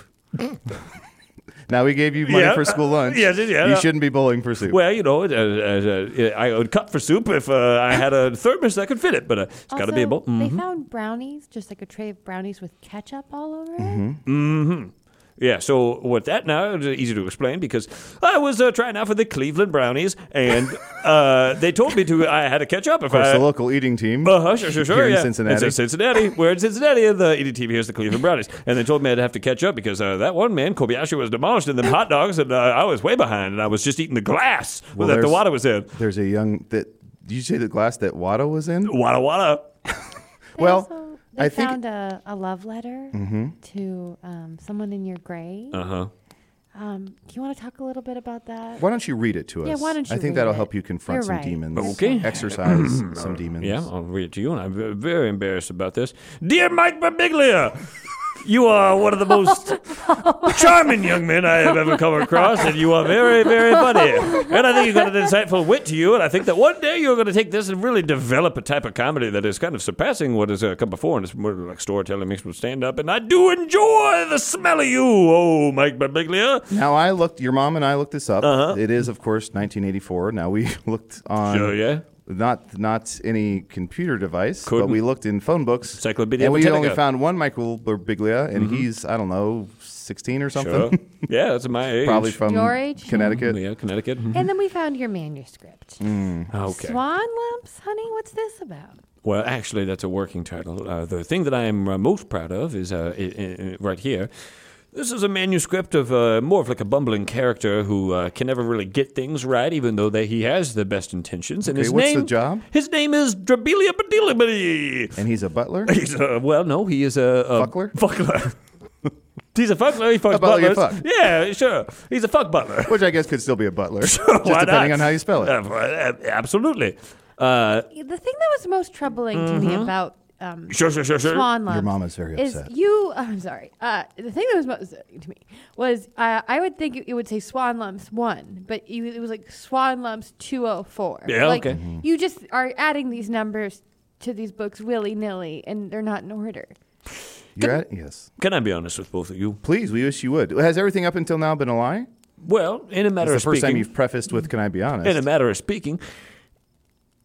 Speaker 2: now we gave you money
Speaker 3: Yeah,
Speaker 2: for school lunch.
Speaker 3: yes, yes, yeah.
Speaker 2: you shouldn't be bowling for soup.
Speaker 3: Well, you know, it, uh, uh, uh, I would cut for soup if uh, I had a thermos that could fit it, but uh, it's got to be
Speaker 4: Also,
Speaker 3: able.
Speaker 4: They found brownies, just like a tray of brownies with ketchup all over
Speaker 2: Mm-hmm.
Speaker 4: it.
Speaker 3: Yeah, so what that now is easy to explain because I was uh, trying out for the Cleveland Brownies, and uh, they told me to. I had to catch up if
Speaker 2: of course,
Speaker 3: I
Speaker 2: the local eating team.
Speaker 3: Uh huh. Sure, sure, sure.
Speaker 2: Here in
Speaker 3: yeah.
Speaker 2: Cincinnati.
Speaker 3: It's in Cincinnati. We're in Cincinnati. and The E EDTV here's the Cleveland Brownies, and they told me I'd have to catch up because uh, that one man Kobayashi was demolished in them hot dogs, and uh, I was way behind, and I was just eating the glass
Speaker 2: Well,
Speaker 3: that the
Speaker 2: there's-
Speaker 3: water was in.
Speaker 2: There's a young that. Did you say the glass that Wada was in?
Speaker 3: Wada wada.
Speaker 4: They
Speaker 2: Well,
Speaker 4: also, they
Speaker 2: I think- Mm-hmm.
Speaker 4: found a, a love letter to um, someone in your grade.
Speaker 3: Uh huh.
Speaker 4: Um, do you want to talk a little bit about that?
Speaker 2: Why don't you read it to us?
Speaker 4: Yeah, why don't
Speaker 2: I
Speaker 4: you
Speaker 2: think
Speaker 4: read
Speaker 2: that'll
Speaker 4: it?
Speaker 2: help you confront
Speaker 4: You're
Speaker 2: some
Speaker 4: right.
Speaker 2: demons.
Speaker 3: Okay.
Speaker 2: Exercise some demons.
Speaker 3: Yeah, I'll read it to you, and I'm ve- very embarrassed about this. Dear Mike Babiglia, you are one of the most charming young men I have ever come across, and you are very, very funny. And I think you've got an insightful wit to you, and I think that one day you're going to take this and really develop a type of comedy that is kind of surpassing what has uh, come before, and it's more like storytelling mixed with stand up. And I do enjoy the smell of you, oh, Mike Babiglia.
Speaker 2: Now I looked. Your mom and I looked this up. Uh-huh. is, of course, 1984. Now we looked on.
Speaker 3: Sure, Oh, yeah.
Speaker 2: Not not any computer device,
Speaker 3: Couldn't.
Speaker 2: but we looked in phone books.
Speaker 3: Encyclopedia
Speaker 2: And we
Speaker 3: Britannica. Mm-hmm.
Speaker 2: only found one Michael Birbiglia, and he's I don't know, 16 or
Speaker 3: Sure.
Speaker 2: something.
Speaker 3: yeah, that's my age.
Speaker 2: Probably from
Speaker 4: Your age?
Speaker 2: Connecticut.
Speaker 3: Yeah, Connecticut.
Speaker 4: And then we found your manuscript.
Speaker 2: Mm-hmm.
Speaker 3: Okay.
Speaker 4: Swan lamps, honey. What's this about?
Speaker 3: Well, actually, that's a working title. Uh, the thing that I am uh, most proud of is uh, i i right here. This is a manuscript of uh, more of like a bumbling character who uh, can never really get things right, even though they, he has the best intentions. And
Speaker 2: Okay,
Speaker 3: his
Speaker 2: what's the
Speaker 3: name,
Speaker 2: job?
Speaker 3: His name is Drabilia Badilibadi.
Speaker 2: And he's a butler.
Speaker 3: He's a, well, no, he is a, a
Speaker 2: Fuckler?
Speaker 3: Fuckler. He's a fuckler. He fucks
Speaker 2: A butler you
Speaker 3: butlers.
Speaker 2: fuck.
Speaker 3: Yeah, sure. He's a fuck butler.
Speaker 2: Which I guess could still be a butler, just
Speaker 3: Why
Speaker 2: depending
Speaker 3: not?
Speaker 2: on how you spell it.
Speaker 3: Uh, uh, absolutely. Uh,
Speaker 4: The thing that was most troubling to me about um,
Speaker 3: Mm-hmm. sure, sure, sure, sure.
Speaker 4: Swan lamps.
Speaker 2: Your mom is very
Speaker 4: is
Speaker 2: upset.
Speaker 4: you? I'm sorry. Uh, the thing that was most to me was uh, I would think it, it would say Swan Lumps one, but you, it was like Swan Lumps two oh four.
Speaker 3: Yeah,
Speaker 4: like,
Speaker 3: okay.
Speaker 2: Mm-hmm.
Speaker 4: You just are adding these numbers to these books willy nilly, and they're not in order.
Speaker 2: You're at, yes.
Speaker 3: Can I be honest with both of you?
Speaker 2: Please, we wish you would. Has everything up until now been a lie?
Speaker 3: Well, in a matter
Speaker 2: That's the
Speaker 3: of
Speaker 2: first time
Speaker 3: speaking,
Speaker 2: you've prefaced with "Can I be honest?"
Speaker 3: in a matter of speaking,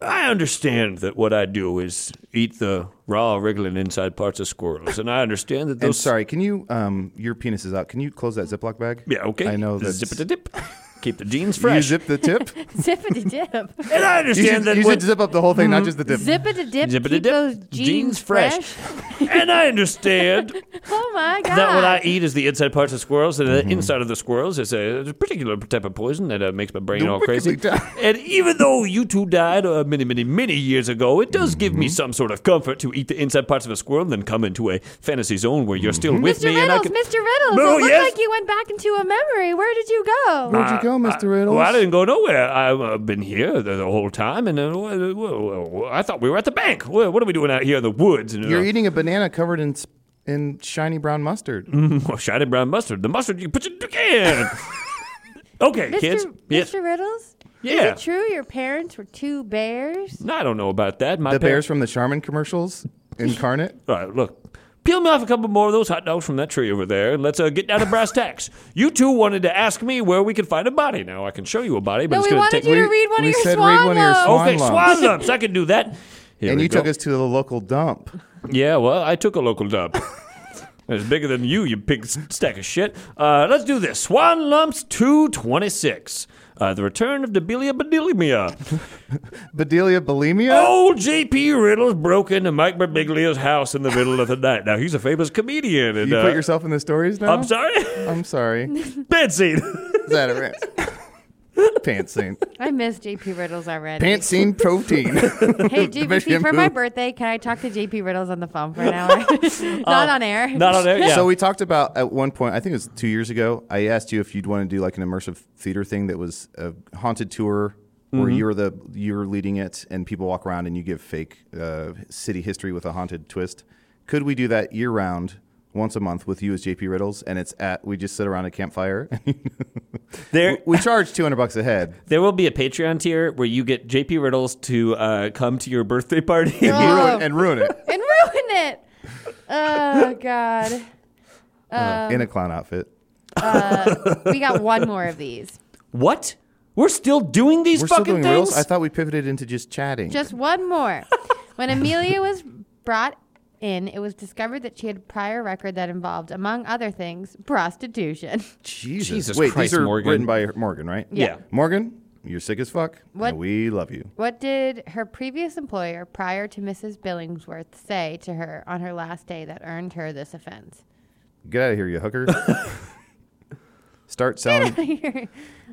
Speaker 3: I understand that what I do is eat the raw, regular, and inside parts of squirrels, and I understand
Speaker 2: and
Speaker 3: that those.
Speaker 2: sorry, can you? Um, your penis is out. Can you close that Ziploc bag?
Speaker 3: Yeah, okay.
Speaker 2: I know that.
Speaker 3: Zip it a dip. Keep the jeans
Speaker 2: You
Speaker 3: fresh.
Speaker 2: zip the tip.
Speaker 4: Zippity dip.
Speaker 3: and I
Speaker 2: you should,
Speaker 3: understand that
Speaker 2: you
Speaker 3: when-
Speaker 2: should zip up the whole
Speaker 4: Mm-hmm.
Speaker 2: thing, not just the tip.
Speaker 4: Zippity dip.
Speaker 3: Zippity
Speaker 4: keep
Speaker 3: dip,
Speaker 4: those jeans,
Speaker 3: jeans fresh. and I understand
Speaker 4: Oh my god!
Speaker 3: That what I eat is the inside parts of squirrels, and
Speaker 2: Mm-hmm.
Speaker 3: the inside of the squirrels is a particular type of poison that uh, makes my brain all crazy. And even though you two died uh, many, many, many years ago, it does give
Speaker 2: Mm-hmm.
Speaker 3: me some sort of comfort to eat the inside parts of a squirrel and then come into a fantasy zone where you're
Speaker 2: Mm-hmm.
Speaker 3: still with
Speaker 4: Mr.
Speaker 3: me. and I
Speaker 4: Riddles,
Speaker 3: can-
Speaker 4: Mr. Riddles,
Speaker 3: No,
Speaker 4: it looked
Speaker 3: yes.
Speaker 4: like you went back into a memory. Where did you go?
Speaker 2: Where'd you go, Mr. Riddles?
Speaker 3: Well, I didn't go nowhere. I've uh, been here the, the whole time, and uh, whoa, whoa, whoa, I thought we were at the bank. Whoa, What are we doing out here in the woods? And, uh,
Speaker 2: You're eating a banana covered in s- in shiny brown mustard.
Speaker 3: Well, shiny brown mustard. The mustard you put in the can. okay,
Speaker 4: Mr.
Speaker 3: kids. Yes.
Speaker 4: Mr. Riddles,
Speaker 3: Yeah.
Speaker 4: is it true your parents were two bears?
Speaker 3: No, I don't know about that. My
Speaker 2: The bears
Speaker 3: parents-
Speaker 2: from the Charmin commercials, incarnate.
Speaker 3: All right, look. Peel me off a couple more of those hot dogs from that tree over there, and let's uh, get down to brass tacks. You two wanted to ask me where we could find a body. Now I can show you a body, but
Speaker 4: No,
Speaker 3: it's
Speaker 4: we
Speaker 3: going
Speaker 4: wanted
Speaker 3: take
Speaker 4: you
Speaker 3: me.
Speaker 4: to read one
Speaker 2: we
Speaker 4: of your
Speaker 2: said
Speaker 4: swan
Speaker 2: read one of your
Speaker 4: loaves.
Speaker 2: swan-
Speaker 3: okay,
Speaker 2: lumps.
Speaker 3: swan lumps. I can do that. Here
Speaker 2: and
Speaker 3: we
Speaker 2: you
Speaker 3: go.
Speaker 2: took us to the local dump.
Speaker 3: Yeah, well, I took a local dump. It's bigger than you, you big s- stack of shit. Uh, let's do this. Swan Lumps 226. Uh, the Return of Debilia Badilimia.
Speaker 2: Bedelia bulimia?
Speaker 3: Old J.P. Riddles broke into Mike Birbiglia's house in the middle of the night. Now, he's a famous comedian. And,
Speaker 2: you
Speaker 3: uh,
Speaker 2: put yourself in the stories now?
Speaker 3: I'm sorry?
Speaker 2: I'm sorry. Is
Speaker 3: Bed scene.
Speaker 2: that a Pants scene.
Speaker 4: I miss JP Riddles already.
Speaker 2: Pants scene protein.
Speaker 4: Hey, JP, for
Speaker 2: shampoo.
Speaker 4: my birthday, can I talk to JP Riddles on the phone for an hour? Not on air.
Speaker 3: Uh, Not on there? Yeah.
Speaker 2: So we talked about at one point, I think it was two years ago, I asked you if you'd want to do like an immersive theater thing that was a haunted tour where you're the you're leading it and people walk around and you give fake uh, city history with a haunted twist. Could we do that year round? Once a month with you as JP Riddles, and it's at we just sit around a campfire.
Speaker 3: there,
Speaker 2: we charge two hundred bucks a head.
Speaker 3: there will be a Patreon tier where you get J.P. Riddles to uh, come to your birthday party.
Speaker 2: and ruin, and ruin it
Speaker 4: And ruin it. Oh, God.
Speaker 2: in a clown outfit.
Speaker 4: We got one more of these.
Speaker 3: what? We're still doing these
Speaker 2: We're still
Speaker 3: fucking
Speaker 2: doing
Speaker 3: things?
Speaker 2: riddles. I thought we pivoted into just chatting.
Speaker 4: Just one more. When Amelia was brought in, it was discovered that she had a prior record that involved, among other things, prostitution.
Speaker 2: Jesus,
Speaker 3: Jesus
Speaker 2: wait,
Speaker 3: Christ,
Speaker 2: these are
Speaker 3: Morgan.
Speaker 2: written by Morgan, right?
Speaker 3: Yeah.
Speaker 2: Morgan, you're sick as fuck.
Speaker 4: What-
Speaker 2: And we love you.
Speaker 4: What did her previous employer, prior to Mrs. Billingsworth, say to her on her last day that earned her this offense?
Speaker 2: Get out of here, you hooker. Start selling.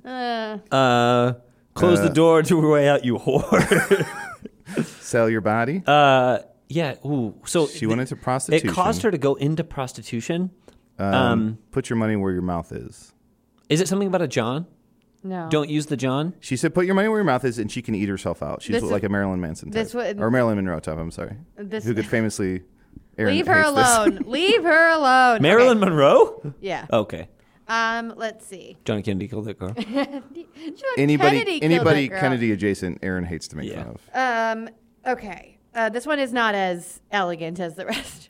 Speaker 4: Uh,
Speaker 3: Uh, close the door to your way out, you whore.
Speaker 2: sell your body.
Speaker 3: uh, yeah. Ooh. So
Speaker 2: She went into
Speaker 3: It
Speaker 2: prostitution.
Speaker 3: caused her to go into prostitution. Um,
Speaker 2: Put your money where your mouth is.
Speaker 3: is it something about a John?
Speaker 4: no.
Speaker 3: Don't use the John.
Speaker 2: She said, "Put your money where your mouth is," and she can eat herself out. She's
Speaker 4: This
Speaker 2: like
Speaker 4: is-
Speaker 2: a Marilyn Manson type,
Speaker 4: this would-
Speaker 2: or Marilyn Monroe type. I'm sorry,
Speaker 4: This-
Speaker 2: who could famously Aaron
Speaker 4: Leave her
Speaker 2: hates this.
Speaker 4: alone. Leave her alone.
Speaker 3: Marilyn Monroe?
Speaker 4: Okay, Yeah.
Speaker 2: Oh.
Speaker 3: Okay.
Speaker 4: Um. Let's see.
Speaker 3: Johnny Kennedy killed that girl.
Speaker 4: John
Speaker 2: Anybody,
Speaker 4: Kennedy killed
Speaker 2: anybody
Speaker 4: that girl.
Speaker 2: Kennedy adjacent, Aaron hates to make
Speaker 3: Yeah.
Speaker 2: fun of.
Speaker 4: Um. Okay. Uh, this one is not as elegant as the rest.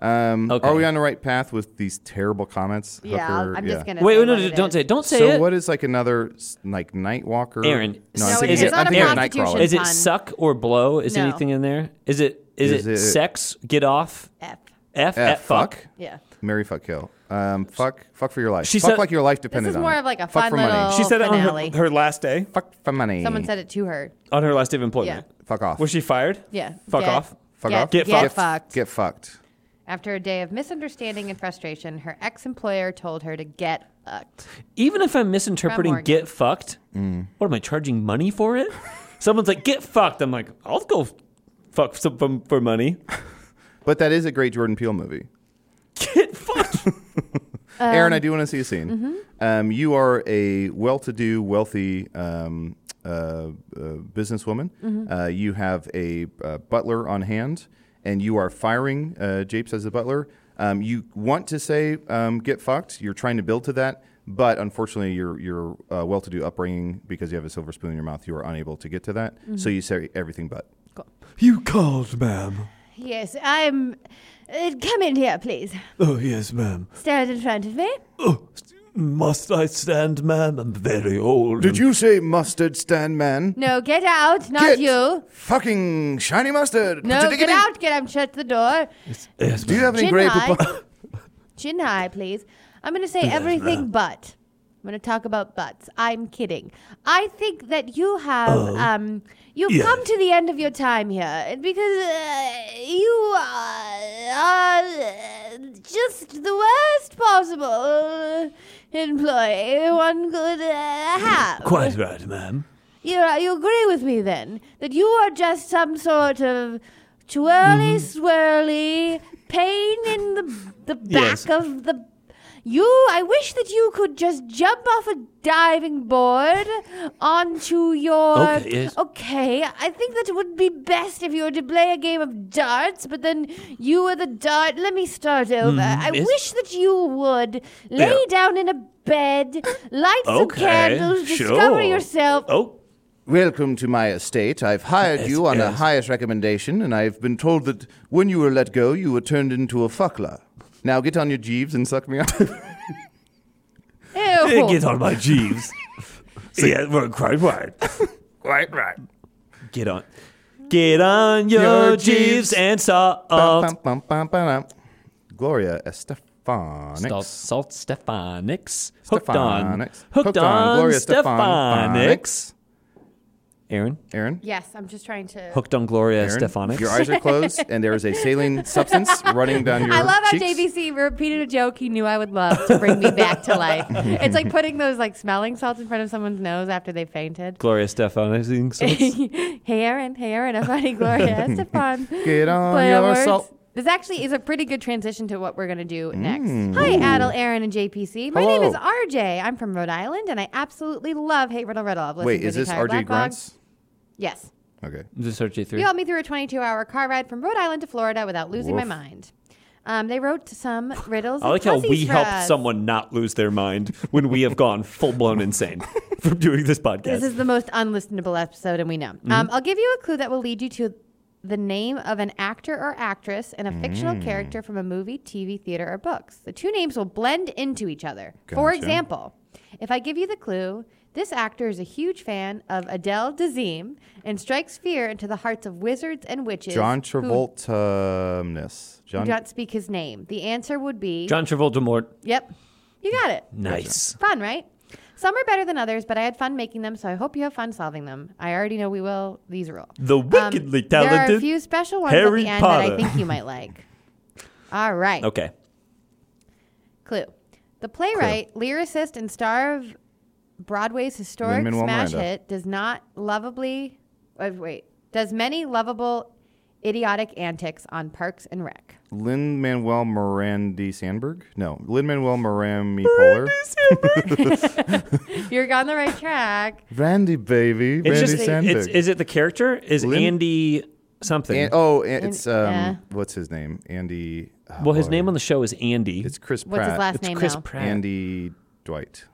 Speaker 2: Um,
Speaker 3: Okay.
Speaker 2: Are we on the right path with these terrible comments?
Speaker 4: yeah. I'll-
Speaker 2: Hooker?
Speaker 4: I'm
Speaker 2: Yeah.
Speaker 4: just gonna.
Speaker 3: Wait,
Speaker 4: say
Speaker 3: wait, no,
Speaker 4: what
Speaker 3: no,
Speaker 4: it
Speaker 3: don't
Speaker 4: is.
Speaker 3: say it. Don't say
Speaker 2: so
Speaker 3: it.
Speaker 2: what is like another s- like night walker?
Speaker 3: Aaron,
Speaker 2: no,
Speaker 3: No,
Speaker 2: I'm
Speaker 3: it
Speaker 2: thinking,
Speaker 3: is. It's
Speaker 2: I'm
Speaker 3: not a
Speaker 2: thinking of
Speaker 3: prostitution
Speaker 2: Nightcrawler.
Speaker 3: Is it
Speaker 4: Pun.
Speaker 3: suck or blow? Is
Speaker 4: No.
Speaker 3: anything in there? Is it is,
Speaker 2: Is
Speaker 3: it,
Speaker 2: it-
Speaker 3: sex? Get off.
Speaker 4: F.
Speaker 3: F,
Speaker 2: Eh,
Speaker 3: at fuck.
Speaker 4: Yeah.
Speaker 2: Mary fuck kill. Um, fuck fuck for your life.
Speaker 3: She
Speaker 2: fuck
Speaker 3: said-
Speaker 2: like your life
Speaker 4: This
Speaker 2: depended
Speaker 4: is
Speaker 2: on
Speaker 4: more
Speaker 2: it.
Speaker 4: of like a
Speaker 2: fuck
Speaker 4: fun
Speaker 2: for
Speaker 4: little
Speaker 2: money.
Speaker 3: She said it
Speaker 4: Oh, finale.
Speaker 3: on her, her last day,
Speaker 2: Fuck for money.
Speaker 4: Someone said it to her.
Speaker 3: on her last day of employment.
Speaker 4: Yeah.
Speaker 2: fuck off.
Speaker 3: Was she fired?
Speaker 4: Yeah.
Speaker 3: Fuck
Speaker 4: Get-
Speaker 3: off.
Speaker 2: fuck
Speaker 4: get-
Speaker 2: off.
Speaker 3: Get
Speaker 4: get
Speaker 3: fucked.
Speaker 4: fucked.
Speaker 2: Get fucked.
Speaker 4: After a day of misunderstanding and frustration, her ex-employer told her to get fucked.
Speaker 3: Even if I'm
Speaker 4: From
Speaker 3: misinterpreting
Speaker 4: Oregon.
Speaker 3: get fucked, what am I charging money for it? Someone's like, get fucked. I'm like, I'll go f- fuck some for, for money.
Speaker 2: But that is a great Jordan Peele movie.
Speaker 3: Get fucked.
Speaker 2: Aaron, I do want to see a scene. Um, you are a well-to-do, wealthy um, uh, uh, businesswoman. Uh, you have a uh, butler on hand, and you are firing uh, Japes as a butler. Um, you want to say um, "get fucked." You're trying to build to that, but unfortunately, your your uh, well-to-do upbringing, because you have a silver spoon in your mouth, you are unable to get to that. So you say everything but.
Speaker 3: you called, ma'am.
Speaker 4: Yes, I'm. Uh, come in here, please.
Speaker 3: Oh, yes, ma'am.
Speaker 4: Stand in front of me.
Speaker 3: Must I stand, ma'am? I'm very old.
Speaker 2: Did you say mustard stand man?
Speaker 4: No, get out, not you.
Speaker 2: Fucking shiny mustard.
Speaker 4: No, get out, get out, shut the door.
Speaker 3: Yes,
Speaker 2: Do you have any
Speaker 4: Chin
Speaker 2: great?
Speaker 4: high. Chin high, please. I'm going to say everything but. I'm going to talk about butts. I'm kidding. I think that you have,
Speaker 2: Oh.
Speaker 4: um, you've
Speaker 3: yes.
Speaker 4: come to the end of your time here because uh, you uh, are uh,
Speaker 8: worst, the worst possible uh, employee one could uh, have.
Speaker 3: Quite right, ma'am.
Speaker 8: You, uh, you agree with me then that you are just some sort of twirly
Speaker 3: Mm-hmm.
Speaker 8: swirly pain in the the back
Speaker 3: Yes.
Speaker 8: of the. You, I wish that you could just jump off a diving board onto your.
Speaker 3: Okay, yes.
Speaker 8: Okay, I think that it would be best if you were to play a game of darts, but then you were the dart. Let me start over. I
Speaker 3: Mm-hmm, yes.
Speaker 8: wish that you would lay
Speaker 3: Yeah.
Speaker 8: down in a bed, light some
Speaker 3: Okay,
Speaker 8: candles, discover
Speaker 3: sure.
Speaker 8: yourself.
Speaker 3: Oh,
Speaker 2: Welcome to my estate. I've hired you on the
Speaker 3: yes.
Speaker 2: highest recommendation, and I've been told that when you were let go, you were turned into a fuckler. Now get on your jeeves and suck me up.
Speaker 8: Ew.
Speaker 3: get on my jeeves. yeah, well, quite right.
Speaker 2: right, right.
Speaker 3: Get on. Get on your,
Speaker 2: Your
Speaker 3: jeeves
Speaker 2: jeeves.
Speaker 3: and salt.
Speaker 2: Bum, bum, bum, bum, bum. Gloria Estefanics.
Speaker 3: Salt, salt Stefanix. Hooked on.
Speaker 2: Stefanix.
Speaker 3: Hooked, on,
Speaker 2: Gloria
Speaker 3: Stefanix.
Speaker 2: Stefanix.
Speaker 3: Aaron.
Speaker 2: Aaron,
Speaker 4: Yes, I'm just trying to.
Speaker 3: Hooked on Gloria
Speaker 2: Aaron,
Speaker 3: Stefanix.
Speaker 2: your eyes are closed, and there is a saline substance running down your
Speaker 4: I love how
Speaker 2: cheeks.
Speaker 4: JVC repeated a joke he knew I would love to bring me back to life. It's like putting those like smelling salts in front of someone's nose after they fainted.
Speaker 3: Gloria Stefanix.
Speaker 4: hey Aaron, hey Aaron, I'm finding Gloria Estefan.
Speaker 2: Get on
Speaker 4: Play on
Speaker 2: your
Speaker 4: words.
Speaker 2: salt.
Speaker 4: This actually is a pretty good transition to what we're going to
Speaker 3: Mm.
Speaker 4: do next. Hi, Adel, Aaron, and JPC. My name
Speaker 2: Hello.
Speaker 4: is RJ. I'm from Rhode Island, and I absolutely love Hey Riddle Riddle. I've listened
Speaker 2: Wait,
Speaker 4: to
Speaker 2: is
Speaker 4: the
Speaker 2: this
Speaker 4: entire
Speaker 2: RJ
Speaker 4: Black Log.
Speaker 2: Grunts?
Speaker 4: Yes.
Speaker 2: Okay.
Speaker 3: Just RG3.
Speaker 4: You all me through a 22 hour car ride from Rhode Island to Florida without losing my
Speaker 2: Woof.
Speaker 4: mind. Um, they wrote some riddles.
Speaker 3: I
Speaker 4: and
Speaker 3: like how
Speaker 4: puzzles
Speaker 3: we
Speaker 4: for
Speaker 3: help
Speaker 4: us.
Speaker 3: someone not lose their mind when we have gone full blown insane from doing this podcast.
Speaker 4: This is the most unlistenable episode, and we know. Um,
Speaker 3: Mm-hmm.
Speaker 4: I'll give you a clue that will lead you to the name of an actor or actress and a fictional
Speaker 3: Mm.
Speaker 4: character from a movie, TV, theater, or books. The two names will blend into each other. For
Speaker 2: Gotcha.
Speaker 4: example, if I give you the clue, this actor is a huge fan of Adele Dazeem and strikes fear into the hearts of wizards and witches.
Speaker 2: John
Speaker 4: who
Speaker 2: Travolta-ness.
Speaker 4: Do
Speaker 2: John.
Speaker 4: not speak his name. The answer would be.
Speaker 3: John Travolta Mort.
Speaker 4: Yep, you got it.
Speaker 3: Nice.
Speaker 4: Fun, right? Some are better than others, but I had fun making them, so I hope you have fun solving them. I already know we will. These rule.
Speaker 3: The wickedly
Speaker 4: Um, There are a
Speaker 3: talented
Speaker 4: few special ones
Speaker 3: Harry
Speaker 4: at the end that
Speaker 3: Potter.
Speaker 4: I think you might like. All right.
Speaker 3: Okay.
Speaker 4: Clue. The playwright, lyricist, and star of Broadway's historic
Speaker 2: Lin-Manuel
Speaker 4: smash
Speaker 2: Miranda.
Speaker 4: hit does not lovably uh, wait, does many lovable idiotic antics on Parks and Rec.
Speaker 2: Lin Manuel Mirandi Sandberg? No, Lin Manuel Mirami Polar.
Speaker 4: You're on the right track.
Speaker 2: Randy baby,
Speaker 3: It's
Speaker 2: Randy
Speaker 3: just,
Speaker 2: Sandberg.
Speaker 3: it's, is it the character? Is
Speaker 2: Lin-
Speaker 3: Andy something?
Speaker 2: An- oh, and it's um,
Speaker 4: yeah.
Speaker 2: what's his name? Andy. oh,
Speaker 3: well, his
Speaker 2: boy.
Speaker 3: name on the show is Andy.
Speaker 2: It's Chris
Speaker 4: What's
Speaker 2: Pratt.
Speaker 4: his last
Speaker 3: It's
Speaker 4: name
Speaker 3: Chris
Speaker 4: now?
Speaker 3: Pratt.
Speaker 2: Andy Dwight.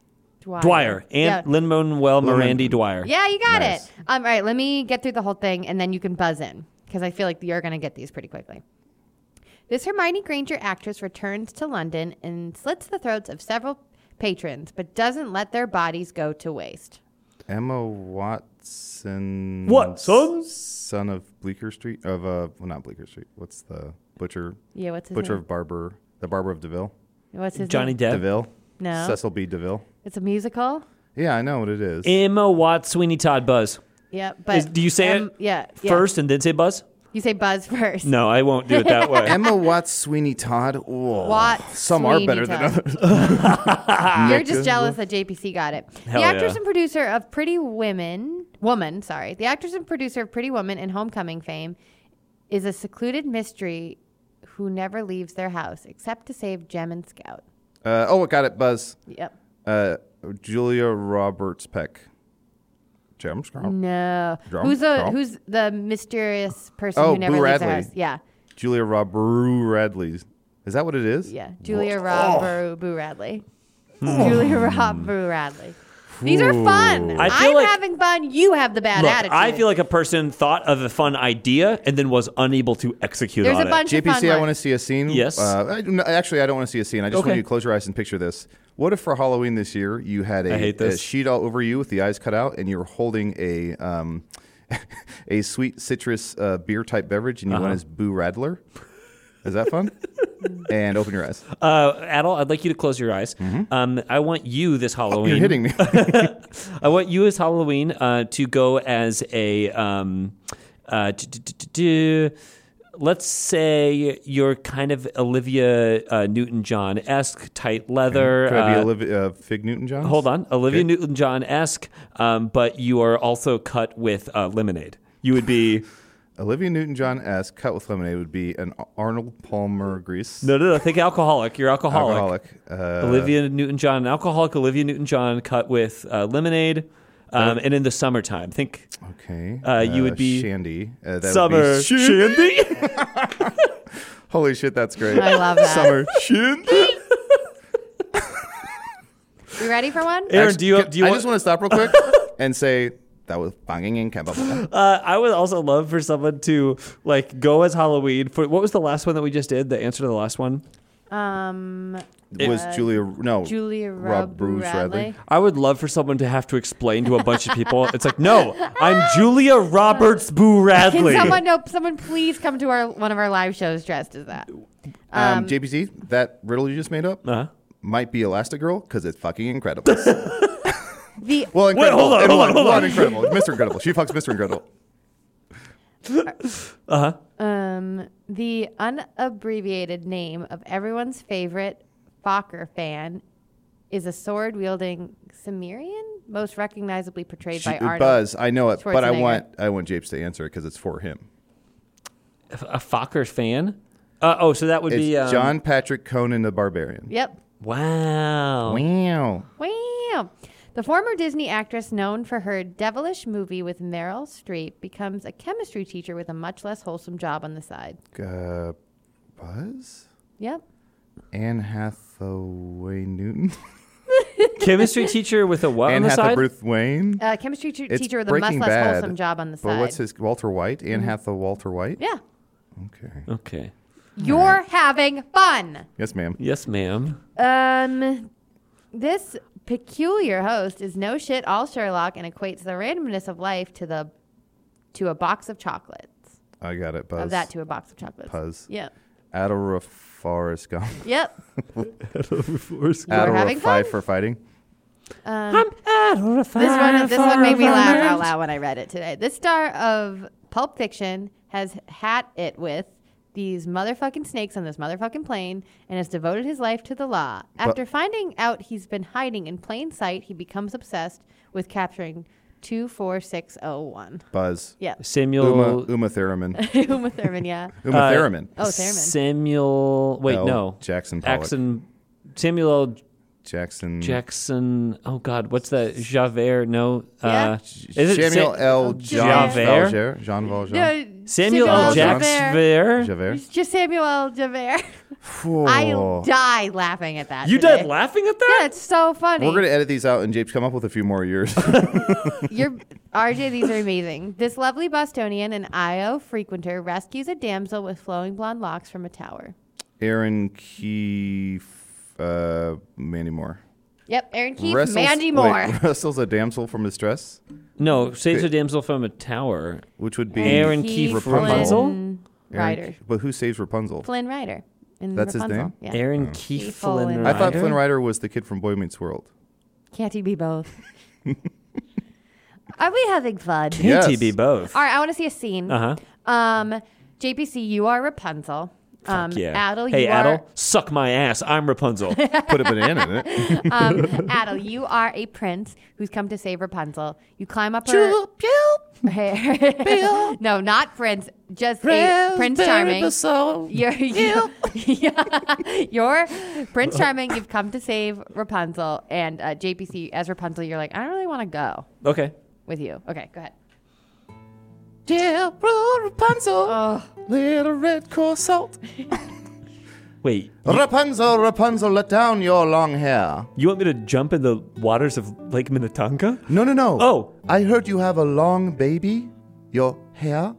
Speaker 4: Dwyer.
Speaker 3: Dwyer. And
Speaker 4: Yeah.
Speaker 3: Lin Manuel Miranda Dwyer.
Speaker 4: Yeah, you got
Speaker 2: Nice.
Speaker 4: it. Um, all right, let me get through the whole thing and then you can buzz in because I feel like you're going to get these pretty quickly. This Hermione Granger actress returns to London and slits the throats of several patrons, but doesn't let their bodies go to waste.
Speaker 2: Emma Watson.
Speaker 3: Watson?
Speaker 2: Son of Bleecker Street of uh, well, not Bleecker Street. What's the butcher?
Speaker 4: Yeah, what's his
Speaker 2: Butcher
Speaker 4: name?
Speaker 2: of Barber. The Barber of Deville.
Speaker 4: What's his
Speaker 3: Johnny
Speaker 4: name?
Speaker 3: Depp.
Speaker 2: Deville.
Speaker 4: No.
Speaker 2: Cecil B. Deville.
Speaker 4: It's a musical.
Speaker 2: Yeah, I know what it is.
Speaker 3: Emma Watts, Sweeney Todd, Buzz.
Speaker 4: Yeah, but
Speaker 3: Is- do you say
Speaker 4: Um,
Speaker 3: it
Speaker 4: Yeah, yeah.
Speaker 3: first and then say Buzz?
Speaker 4: You say Buzz first.
Speaker 3: No, I won't do it that way.
Speaker 2: Emma Watts Sweeney Todd. Whoa.
Speaker 4: Watts,
Speaker 2: Some
Speaker 4: Sweeney
Speaker 2: are better
Speaker 4: Todd.
Speaker 2: than others.
Speaker 4: You're just jealous that JPC got it.
Speaker 3: Hell
Speaker 4: the actress
Speaker 3: yeah.
Speaker 4: and producer of Pretty Women, woman, sorry, the actress and producer of Pretty Woman and Homecoming fame, is a secluded mystery who never leaves their house except to save Gem and Scout.
Speaker 2: Uh, oh, I got it, Buzz.
Speaker 4: Yep.
Speaker 2: Uh, Julia Roberts Peck. Jam
Speaker 4: Mm.
Speaker 2: Scout.
Speaker 4: No.
Speaker 2: Drum
Speaker 4: who's the
Speaker 2: roll.
Speaker 4: who's the mysterious person
Speaker 2: Oh,
Speaker 4: who never
Speaker 2: Boo
Speaker 4: leaves their
Speaker 2: Radley.
Speaker 4: house? Yeah,
Speaker 2: Julia Robru Radley. Is that what it is?
Speaker 4: yeah. Julia Rob Boo-
Speaker 2: Oh.
Speaker 4: Boo Radley.
Speaker 2: Hmm.
Speaker 4: Julia Rob Boo Radley. These are fun.
Speaker 3: I feel
Speaker 4: I'm
Speaker 3: like-
Speaker 4: having fun. You have the bad
Speaker 3: Look,
Speaker 4: attitude.
Speaker 3: I feel like a person thought of a fun idea and then was unable to execute
Speaker 4: there's
Speaker 3: on
Speaker 4: a bunch of fun.
Speaker 2: JPC, I
Speaker 4: ones.
Speaker 2: want to see a scene.
Speaker 3: Yes.
Speaker 2: Uh, I- no, actually, I don't want to see a scene. I just
Speaker 3: Okay.
Speaker 2: want you to close your eyes and picture this. What if for Halloween this year you had
Speaker 3: I
Speaker 2: a,
Speaker 3: hate
Speaker 2: a
Speaker 3: this.
Speaker 2: sheet all over you with the eyes cut out, and you were holding a um, a sweet citrus uh, beer type beverage, and you
Speaker 3: Uh-huh.
Speaker 2: went as Boo Radler? Is that fun? and open your eyes.
Speaker 3: it. Uh, Adel, I'd like you to close your eyes. Um, I want you this Halloween.
Speaker 2: Mm-hmm. You're hitting me.
Speaker 3: I want you as Halloween uh, to go as a um, uh, d- d- d- d- let's say you're kind of Olivia uh, Newton John esque, tight leather.
Speaker 2: Could I be
Speaker 3: uh,
Speaker 2: Olivia uh, Fig Newton John?
Speaker 3: Hold on, Olivia
Speaker 2: Okay.
Speaker 3: Newton John esque, um, but you are also cut with uh, lemonade. You would be
Speaker 2: Olivia Newton John S. Cut with lemonade would be an Arnold Palmer grease.
Speaker 3: no, no, no. Think alcoholic. You're alcoholic.
Speaker 2: alcoholic. Uh,
Speaker 3: Olivia Newton John, alcoholic. Olivia Newton John cut with uh, lemonade,
Speaker 2: Uh,
Speaker 3: um, and in the summertime, think
Speaker 2: Okay.
Speaker 3: Uh, you would be-
Speaker 2: Shandy. Uh, that would be
Speaker 3: summer
Speaker 2: Shan-
Speaker 3: shandy.
Speaker 2: Holy shit, that's great.
Speaker 4: I love that.
Speaker 2: Summer Shandy.
Speaker 4: You ready for one?
Speaker 3: Aaron, do you do you
Speaker 2: I
Speaker 3: want?
Speaker 2: just want to stop real quick and say that was banging incredible.
Speaker 3: Uh, I would also love for someone to like go as Halloween. For what was the last one that we just did? The answer to the last one.
Speaker 4: Um,
Speaker 2: was Julia no
Speaker 4: Julia
Speaker 2: Rob
Speaker 4: Rob
Speaker 2: Bruce Radley.
Speaker 4: Radley.
Speaker 3: I would love for someone to have to explain to a bunch of people. It's like, no, I'm Julia Roberts Boo
Speaker 4: Can
Speaker 3: Radley.
Speaker 4: someone no? Someone please come to our one of our live shows dressed as that.
Speaker 2: Um, JPZ, that riddle you just made up
Speaker 3: Uh-huh.
Speaker 2: might be Elastigirl because it's fucking incredible.
Speaker 4: The
Speaker 2: well, incredible.
Speaker 3: hold on,
Speaker 2: and
Speaker 3: hold
Speaker 2: one,
Speaker 3: on, hold
Speaker 2: one
Speaker 3: on.
Speaker 2: incredible. Mr. Incredible. She fucks Mr. Incredible.
Speaker 4: um the unabbreviated name of everyone's favorite Fokker fan is a sword wielding Cimmerian, most recognizably portrayed
Speaker 2: She,
Speaker 4: by Arnold.
Speaker 2: Buzz, I know it, but I
Speaker 4: Schwarzenegger.
Speaker 2: want I want Japes to answer it because it's for him.
Speaker 3: a Fokker fan? Uh, oh, so that would
Speaker 2: It's
Speaker 3: be um,
Speaker 2: John Patrick Conan the Barbarian.
Speaker 4: Yep.
Speaker 3: Wow.
Speaker 2: Wow.
Speaker 4: Wow. The former Disney actress known for her devilish movie with Meryl Streep becomes a chemistry teacher with a much less wholesome job on the side.
Speaker 2: Uh, Buzz?
Speaker 4: Yep.
Speaker 2: Anne Hathaway Newton?
Speaker 3: Chemistry teacher with a what
Speaker 2: Anne
Speaker 3: on the
Speaker 2: Hathaway
Speaker 3: side?
Speaker 2: Bruce Wayne?
Speaker 4: Uh, chemistry tu-
Speaker 2: It's
Speaker 4: teacher with a much
Speaker 2: Breaking
Speaker 4: less
Speaker 2: Bad,
Speaker 4: wholesome job on the
Speaker 2: But
Speaker 4: side. Mm-hmm.
Speaker 2: what's his Walter White? Anne Hathaway Walter White?
Speaker 4: Yeah.
Speaker 2: Okay.
Speaker 3: Okay.
Speaker 4: You're having fun.
Speaker 2: Yes, ma'am.
Speaker 3: Yes, ma'am.
Speaker 4: Um, this peculiar host is no shit all Sherlock and equates the randomness of life to the to a box of chocolates.
Speaker 2: I got it, Buzz.
Speaker 4: Of that to a box of chocolates.
Speaker 2: Buzz.
Speaker 4: Yep.
Speaker 2: Adora Forrest Gump.
Speaker 4: Yep. You're
Speaker 2: Adora
Speaker 4: having
Speaker 2: Five
Speaker 4: fun?
Speaker 2: for fighting.
Speaker 4: Um, This one, this one made me laugh out loud when I read it today. This star of Pulp Fiction has had it with these motherfucking snakes on this motherfucking plane and has devoted his life to the law. After finding out he's been hiding in plain sight, he becomes obsessed with capturing 24601.
Speaker 2: Buzz.
Speaker 4: Yep.
Speaker 3: Samuel.
Speaker 2: Uma, Uma Thurman.
Speaker 4: Uma Thurman, yeah.
Speaker 2: Uma
Speaker 3: Uh,
Speaker 2: Thurman.
Speaker 4: Oh, Thurman.
Speaker 3: Samuel. Wait,
Speaker 2: L.
Speaker 3: no.
Speaker 2: Jackson Pollock.
Speaker 3: Jackson. Samuel
Speaker 2: Jackson.
Speaker 3: Jackson. Oh God, what's that? Javert? No. Uh,
Speaker 4: Yeah.
Speaker 3: is it
Speaker 2: Samuel
Speaker 3: Sa-
Speaker 2: L. Jean
Speaker 3: Javert?
Speaker 2: Valjean. Jean Valjean.
Speaker 4: No,
Speaker 3: Samuel L.
Speaker 2: Javert.
Speaker 3: Jackson?
Speaker 2: Javert.
Speaker 4: It's Just Samuel L. Javert.
Speaker 2: Whoa.
Speaker 4: I'll die laughing at that.
Speaker 3: Oh. You
Speaker 4: today.
Speaker 3: died laughing at
Speaker 4: Yeah,
Speaker 3: that?
Speaker 4: it's so funny.
Speaker 2: We're going to edit these out and Japes come up with a few more years.
Speaker 4: Your RJ, these are amazing. This lovely Bostonian and Io frequenter rescues a damsel with flowing blonde locks from a tower.
Speaker 2: Aaron Keefe, uh, Mandy Moore.
Speaker 4: Yep, Aaron Keith,
Speaker 2: Wrestles-
Speaker 4: Mandy
Speaker 2: wait,
Speaker 4: Moore.
Speaker 2: wrestles a damsel from distress,
Speaker 3: No, saves a damsel from a tower.
Speaker 2: which would be
Speaker 3: Aaron
Speaker 4: Keith
Speaker 3: Keefe
Speaker 2: Rapunzel.
Speaker 3: Rapunzel?
Speaker 4: Flynn
Speaker 2: Aaron
Speaker 4: Ryder.
Speaker 2: Ke- But who saves Rapunzel?
Speaker 4: Flynn Rider. In
Speaker 2: That's his
Speaker 4: Rapunzel.
Speaker 2: name?
Speaker 4: Yeah.
Speaker 3: Aaron Keefe
Speaker 4: Keefe Flynn
Speaker 3: Flynn
Speaker 2: Oh. I thought
Speaker 3: Rider?
Speaker 2: Flynn Rider was the kid from Boy Meets World.
Speaker 4: Can't he be both? are we having fun?
Speaker 3: Can't
Speaker 2: Yes.
Speaker 3: he be both?
Speaker 4: All right, I want to see a scene.
Speaker 3: Uh huh.
Speaker 4: Um, JPC, you are Rapunzel. Um,
Speaker 3: Yeah.
Speaker 4: Adel,
Speaker 3: hey,
Speaker 4: you
Speaker 3: Adel,
Speaker 4: are
Speaker 3: suck my ass. I'm Rapunzel.
Speaker 2: Put a banana in it.
Speaker 4: Um, Adel, you are a prince who's come to save Rapunzel. You climb up her. hair. no, not prince. Just a Prince Charming. You're, you yeah, you're Prince Charming. You've come to save Rapunzel. And uh, JPC, as Rapunzel, you're like, I don't really want to go
Speaker 3: okay.
Speaker 4: with you. Okay, go ahead.
Speaker 2: Dear Rapunzel, little red corset.
Speaker 3: Wait,
Speaker 2: Rapunzel, Rapunzel, let down your long hair.
Speaker 3: you want me to jump in the waters of Lake Minnetonka?
Speaker 2: No, no, no.
Speaker 3: Oh.
Speaker 2: I heard you have a long baby. Your hair.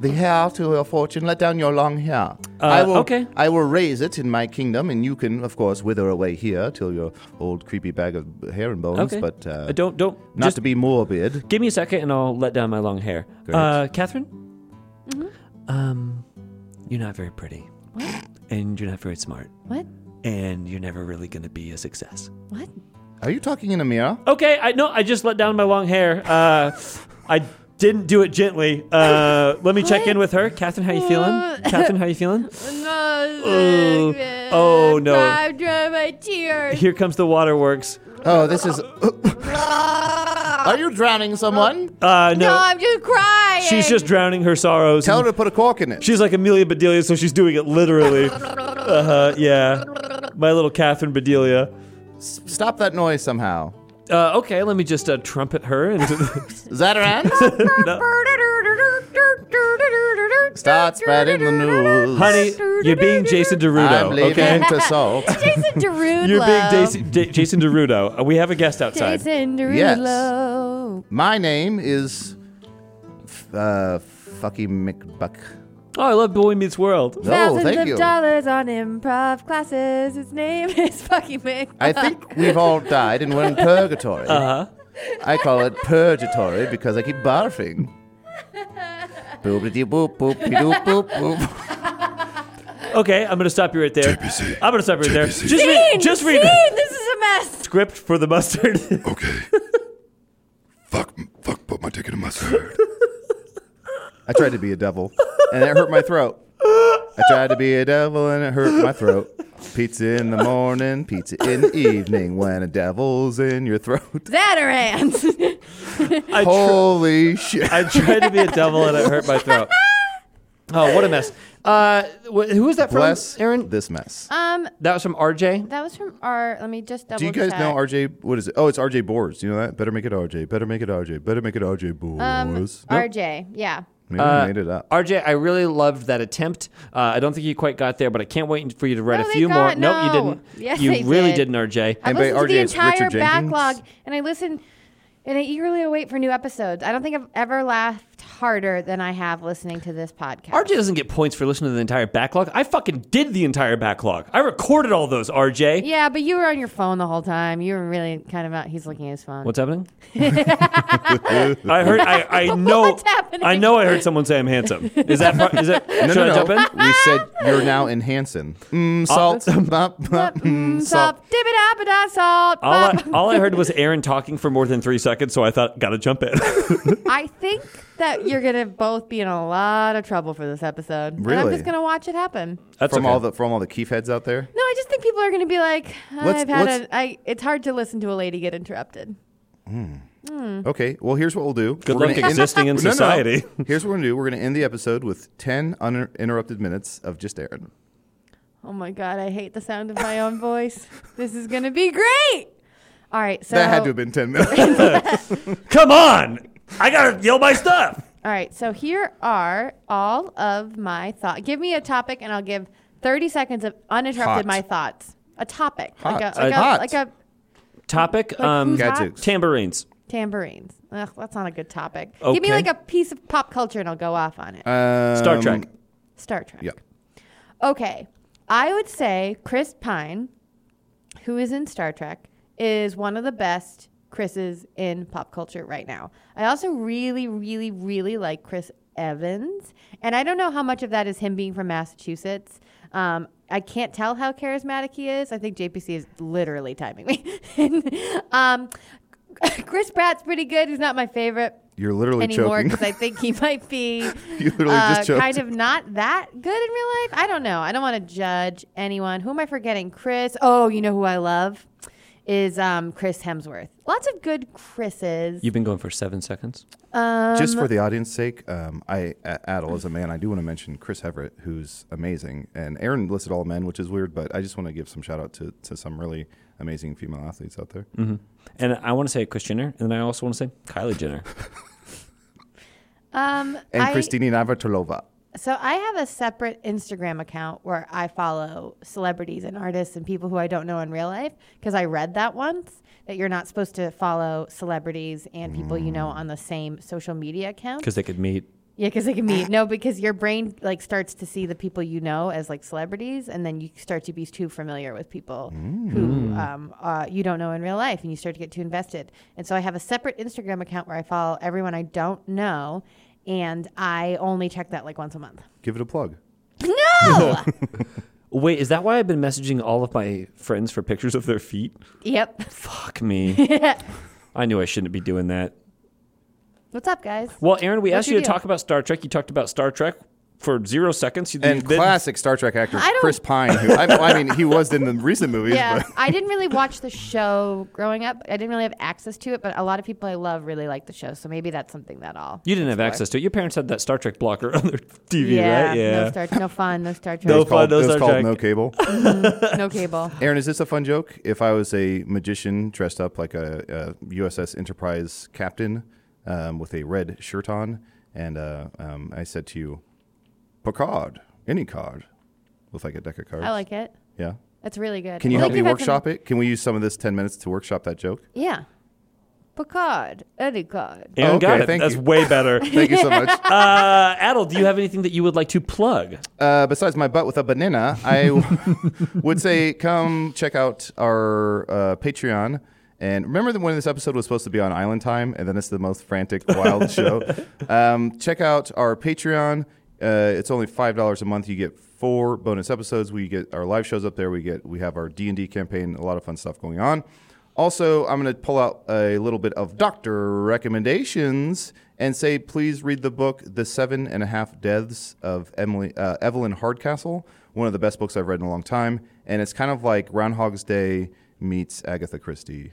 Speaker 2: The hair to your fortune. Let down your long hair. I will,
Speaker 3: Uh, okay.
Speaker 2: I will raise it in my kingdom, and you can, of course, wither away here till your old creepy bag of hair and bones.
Speaker 3: Okay.
Speaker 2: But uh,
Speaker 3: Uh, don't, don't.
Speaker 2: not
Speaker 3: just
Speaker 2: to be morbid.
Speaker 3: give me a second and I'll let down my long hair.
Speaker 2: Great.
Speaker 3: Uh, Catherine? Um, you're not very pretty. And you're not very smart.
Speaker 4: What?
Speaker 3: And you're never really going to be a success.
Speaker 4: What?
Speaker 2: Are you talking in a mirror?
Speaker 3: Okay, I know. I just let down my long hair. Uh, I Didn't do it gently. Uh, let me check in with her. Catherine, how you feeling? Catherine, how you feeling?
Speaker 4: No,
Speaker 3: Uh, Oh, oh, no.
Speaker 4: I'm drying my tears.
Speaker 3: Here comes the waterworks.
Speaker 2: Oh, this is. Are you drowning someone?
Speaker 3: Uh,
Speaker 4: No,
Speaker 3: no,
Speaker 4: I'm just crying.
Speaker 3: she's just drowning her sorrows.
Speaker 2: Tell her to put a cork in it.
Speaker 3: She's like Amelia Bedelia, so she's doing it literally. Uh, yeah, my little Catherine Bedelia.
Speaker 2: Stop that noise somehow.
Speaker 3: Uh, okay, let me just uh, trumpet her into the,
Speaker 2: Is that her end? Start spreading the news.
Speaker 3: honey. You're being Jason Derulo,
Speaker 2: I'm leaving
Speaker 3: okay?
Speaker 2: to salt.
Speaker 4: Jason Derulo.
Speaker 3: You're being Jason, Da- Jason Derulo. Uh, we have a guest outside.
Speaker 4: Jason
Speaker 2: Yes.
Speaker 4: Derulo.
Speaker 2: My name is. f- Uh, Fucky McBuck.
Speaker 3: Oh, I love Boy Meets World.
Speaker 2: No,
Speaker 4: Thousands
Speaker 2: thank
Speaker 4: of
Speaker 2: you.
Speaker 4: dollars on improv classes. His name is fucking Mick.
Speaker 2: I think we've all died and we're in purgatory.
Speaker 3: Uh-huh.
Speaker 2: I call it purgatory because I keep barfing. Boop-a-dee boop boop boop boop boop.
Speaker 3: Okay, I'm gonna stop you right there. I'm gonna stop you right there. Just read, just read
Speaker 4: Dean, this is a mess.
Speaker 3: script for the mustard.
Speaker 9: Okay. fuck, fuck, put my ticket in my side.
Speaker 2: I tried to be a devil and it hurt my throat. I tried to be a devil and it hurt my throat. Pizza in the morning, pizza in the evening when a devil's in your throat.
Speaker 4: Zatarans.
Speaker 3: I, tr-
Speaker 2: Holy shit.
Speaker 3: I tried to be a devil and it hurt my throat. Oh, what a mess. Uh, wh- who was that from?
Speaker 2: Bless
Speaker 3: Aaron.
Speaker 2: this mess.
Speaker 4: um,
Speaker 3: That was from RJ.
Speaker 4: that was from our. Let me just double.
Speaker 2: Do you guys
Speaker 4: check.
Speaker 2: know RJ? What is it? Oh, it's RJ Boers. Do you know that? Better make it RJ. Better make it RJ. Better make it
Speaker 4: Um,
Speaker 2: RJ Boers. nope.
Speaker 4: RJ? Yeah.
Speaker 2: Maybe
Speaker 3: uh,
Speaker 2: we made it up.
Speaker 3: RJ, I really loved that attempt. Uh, I don't think you quite got there, but I can't wait for you to write
Speaker 4: No,
Speaker 3: a
Speaker 4: they
Speaker 3: few more.
Speaker 4: got-
Speaker 3: Nope, you
Speaker 4: no.
Speaker 3: didn't.
Speaker 4: Yes,
Speaker 3: you
Speaker 4: they
Speaker 3: really
Speaker 4: did.
Speaker 3: not RJ.
Speaker 4: I
Speaker 2: And
Speaker 4: listened
Speaker 2: by
Speaker 4: to
Speaker 2: RJ,
Speaker 4: the
Speaker 2: it's
Speaker 4: entire
Speaker 2: Richard Jenkins?
Speaker 4: backlog, and I listened, and I eagerly await for new episodes. I don't think I've ever laughed harder than I have listening to this podcast.
Speaker 3: RJ doesn't get points for listening to the entire backlog. I fucking did the entire backlog. I recorded all those, RJ.
Speaker 4: Yeah, but you were on your phone the whole time. You were really kind of out. He's looking at his phone.
Speaker 3: What's happening? I heard. I, I know.
Speaker 4: What's happening?
Speaker 3: I know. I heard someone say I'm handsome. Is that? part- Is that?
Speaker 2: No,
Speaker 3: should I
Speaker 2: no,
Speaker 3: jump
Speaker 2: no.
Speaker 3: in?
Speaker 2: We said you're now in Hanson. Mm, salt. Bop, bop, mm, salt.
Speaker 4: Salt, dip it up, and I salt.
Speaker 3: All I,
Speaker 4: bop.
Speaker 3: all I heard was Aaron talking for more than three seconds, so I thought, gotta jump in.
Speaker 4: I think that you're gonna both be in a lot of trouble for this episode. And I'm
Speaker 2: Really?
Speaker 4: just gonna watch it happen.
Speaker 3: That's
Speaker 2: From
Speaker 3: okay.
Speaker 2: all the from all the keef heads out there.
Speaker 4: No, I just think people are gonna be like,
Speaker 2: Let's-
Speaker 4: I've had
Speaker 2: let's-
Speaker 4: a. I. It's hard to listen to a lady get interrupted. Mm-hmm.
Speaker 2: Okay. Well, here's what we'll do.
Speaker 3: Good
Speaker 2: We're
Speaker 3: luck
Speaker 2: gonna end-
Speaker 3: existing in
Speaker 2: No, no, no.
Speaker 3: society.
Speaker 2: Here's what we're gonna do. We're gonna end the episode with ten uninterrupted minutes of just Aaron.
Speaker 4: Oh my god, I hate the sound of my own voice. This is gonna be great. All right, so
Speaker 2: That had to have been ten minutes.
Speaker 3: Come on! I gotta yell my stuff.
Speaker 4: All right, so here are all of my thoughts. Give me a topic, and I'll give thirty seconds of uninterrupted
Speaker 2: Hot.
Speaker 4: my thoughts. A topic, like
Speaker 2: Hot.
Speaker 4: a like,
Speaker 3: Uh,
Speaker 4: a,
Speaker 2: hot.
Speaker 4: like a
Speaker 3: Topic:
Speaker 4: Like
Speaker 3: um,
Speaker 4: who's hot?
Speaker 2: Gadzooks.
Speaker 3: tambourines.
Speaker 4: tambourines. Ugh, that's not a good topic. Give me
Speaker 3: Okay.
Speaker 4: like a piece of pop culture, and I'll go off on it.
Speaker 2: Um,
Speaker 3: Star Trek.
Speaker 4: Star Trek.
Speaker 2: Yeah.
Speaker 4: Okay, I would say Chris Pine, who is in Star Trek, is one of the best Chris's in pop culture right now. I also really, really, really like Chris Evans, and I don't know how much of that is him being from Massachusetts. Um, I can't tell how charismatic he is. I think JPC is literally timing me. um, Chris Pratt's pretty good. He's not my favorite
Speaker 2: You're literally
Speaker 4: anymore
Speaker 2: choking.
Speaker 4: because I think he might be
Speaker 2: You literally
Speaker 4: uh,
Speaker 2: just choked.
Speaker 4: kind of not that good in real life. I don't know. I don't want to judge anyone. Who am I forgetting? Chris. Oh, you know who I love is um, Chris Hemsworth. Lots of good Chris's.
Speaker 3: You've been going for seven seconds.
Speaker 2: just for the audience's sake, um, I a- Adel as a man, I do want to mention Chris Everett, who's amazing, and Aaron listed all men, which is weird, but I just want to give some shout out to, to some really amazing female athletes out there.
Speaker 3: Mm-hmm. And I want to say Chris Jenner, and then I also want to say Kylie Jenner.
Speaker 4: um,
Speaker 2: And
Speaker 4: I-
Speaker 2: Christina Navratilova.
Speaker 4: So I have a separate Instagram account where I follow celebrities and artists and people who I don't know in real life because I read that once that you're not supposed to follow celebrities and people you
Speaker 2: Mm.
Speaker 4: know on the same social media account.
Speaker 3: Because they could meet.
Speaker 4: Yeah, because it can be no, because your brain like starts to see the people you know as like celebrities, and then you start to be too familiar with people who um, uh, you don't know in real life, and you start to get too invested. And so I have a separate Instagram account where I follow everyone I don't know, and I only check that like once a month.
Speaker 2: Give it a plug.
Speaker 4: No.
Speaker 3: Wait, is that why I've been messaging all of my friends for pictures of their feet?
Speaker 4: yep.
Speaker 3: Fuck me. I knew I shouldn't be doing that.
Speaker 4: What's up, guys?
Speaker 3: Well, Aaron, we
Speaker 4: What's
Speaker 3: asked
Speaker 4: your
Speaker 3: you to
Speaker 4: deal?
Speaker 3: talk about Star Trek. You talked about Star Trek for zero seconds. You,
Speaker 2: And
Speaker 3: you didn't-
Speaker 2: classic Star Trek actor
Speaker 4: I don't-
Speaker 2: Chris Pine, who I, I mean, he was in the recent movies,
Speaker 4: Yeah,
Speaker 2: but
Speaker 4: I didn't really watch the show growing up. I didn't really have access to it, but a lot of people I love really like the show, so maybe that's something that I'll.
Speaker 3: You didn't have access to it. Your parents had that Star Trek blocker on their TV,
Speaker 4: yeah,
Speaker 3: right? Yeah.
Speaker 4: no Star, no fun, no Star Trek,
Speaker 2: it
Speaker 3: No
Speaker 2: was
Speaker 3: fun,
Speaker 2: called,
Speaker 3: no
Speaker 2: it was
Speaker 3: Star
Speaker 2: called
Speaker 3: Trek.
Speaker 2: No Cable.
Speaker 4: no cable.
Speaker 2: Aaron, is this a fun joke? If I was a magician dressed up like a, a USS Enterprise captain um, with a red shirt on, and uh, um, I said to you, Picard, any card, with like a deck of cards.
Speaker 4: I like it.
Speaker 2: Yeah.
Speaker 4: That's really good.
Speaker 2: Can you
Speaker 4: I
Speaker 2: help
Speaker 4: think
Speaker 2: me
Speaker 4: if I can-
Speaker 2: workshop it? Can we use some of this 10 minutes to workshop that joke?
Speaker 4: Yeah. Picard, Eddie Card.
Speaker 3: Aaron
Speaker 2: Oh, okay,
Speaker 3: got it.
Speaker 2: thank
Speaker 3: That's
Speaker 2: you.
Speaker 3: way better.
Speaker 2: Thank you so much.
Speaker 3: uh, Adel, do you have anything that you would like to plug?
Speaker 2: Uh, besides my butt with a banana, I would say come check out our uh, Patreon. And remember that when this episode was supposed to be on Island Time, and then it's the most frantic, wild show. Um, check out our Patreon. Uh, it's only five dollars a month. You get four bonus episodes. We get our live shows up there. We get we have our D and D campaign. A lot of fun stuff going on. Also, I'm going to pull out a little bit of doctor recommendations and say, please read the book "The Seven and a Half Deaths of Emily uh, Evelyn Hardcastle," one of the best books I've read in a long time. And it's kind of like Groundhog's Day meets Agatha Christie.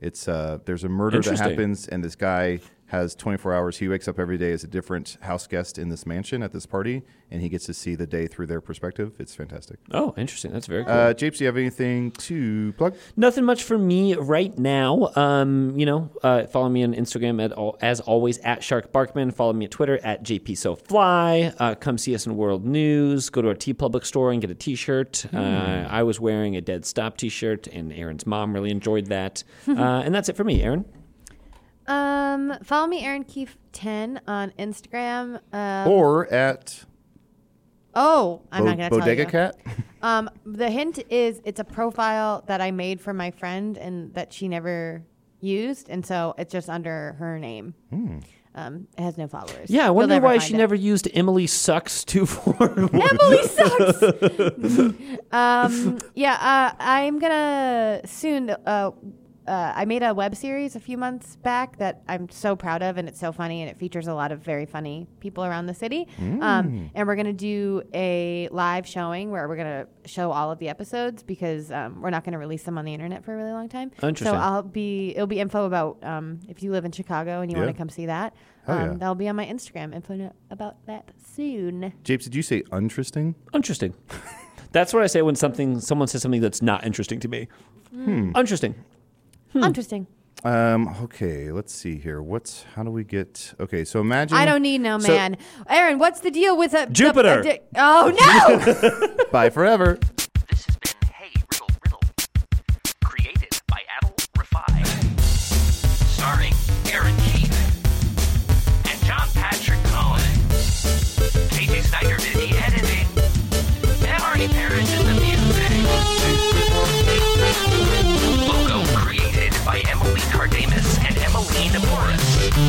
Speaker 2: It's uh, there's a murder that
Speaker 3: Interesting.
Speaker 2: happens, and this guy has 24 hours. He wakes up every day as a different house guest in this mansion at this party, and he gets to see the day through their perspective. It's fantastic.
Speaker 3: Oh, interesting. That's very cool.
Speaker 2: Uh, Japes, do you have anything to plug?
Speaker 3: Nothing much for me right now. Um, you know, uh, follow me on Instagram at all, as always at Shark Barkman. Follow me at Twitter at JPSoFly. Uh, come see us in World News. Go to our T Public store and get a T-shirt.
Speaker 4: Hmm.
Speaker 3: Uh, I was wearing a Dead Stop T-shirt, and Aaron's mom really enjoyed that. uh, and that's it for me, Aaron.
Speaker 4: Um, follow me, Aaron Keefe ten on Instagram. Um,
Speaker 2: or at
Speaker 4: oh, I'm
Speaker 2: Bo-
Speaker 4: not gonna
Speaker 2: Bodega
Speaker 4: tell you.
Speaker 2: Cat?
Speaker 4: Um, the hint is it's a profile that I made for my friend and that she never used, and so it's just under her name.
Speaker 2: Hmm.
Speaker 4: Um, it has no followers.
Speaker 3: Yeah, I
Speaker 4: You'll
Speaker 3: wonder
Speaker 4: never
Speaker 3: why
Speaker 4: find
Speaker 3: she
Speaker 4: it.
Speaker 3: never used Emily sucks two four.
Speaker 4: Emily sucks. um, yeah, uh, I'm gonna soon. Uh, uh, I made a web series a few months back that I'm so proud of, and it's so funny, and it features a lot of very funny people around the city.
Speaker 2: Mm.
Speaker 4: Um, and we're gonna do a live showing where we're gonna show all of the episodes because um, we're not gonna release them on the internet for a really long time.
Speaker 3: Interesting.
Speaker 4: So I'll be it'll be info about um, if you live in Chicago and you
Speaker 2: Yeah.
Speaker 4: want to come see that.
Speaker 2: Hell
Speaker 4: um,
Speaker 2: yeah.
Speaker 4: That'll be on my Instagram. Info about that soon.
Speaker 2: Japes, did you say uninteresting?
Speaker 3: interesting. That's what I say when something someone says something that's not interesting to me.
Speaker 4: Hmm.
Speaker 3: Interesting.
Speaker 2: Hmm.
Speaker 4: Interesting.
Speaker 2: Um, okay, let's see here. What's how do we get? Okay, so imagine
Speaker 4: I don't need no
Speaker 2: So-
Speaker 4: man. Aaron, what's the deal with a the-
Speaker 3: Jupiter.
Speaker 4: a di- oh no!
Speaker 2: Bye forever.
Speaker 1: This has been Hey Riddle Riddle, created by Adel Rafai, starring Aaron Keith and John Patrick Cohen. KJ Snyder did the editing, and Arnie Parrish did the music. Logo created by Emily Cardamus and Emily Naporis.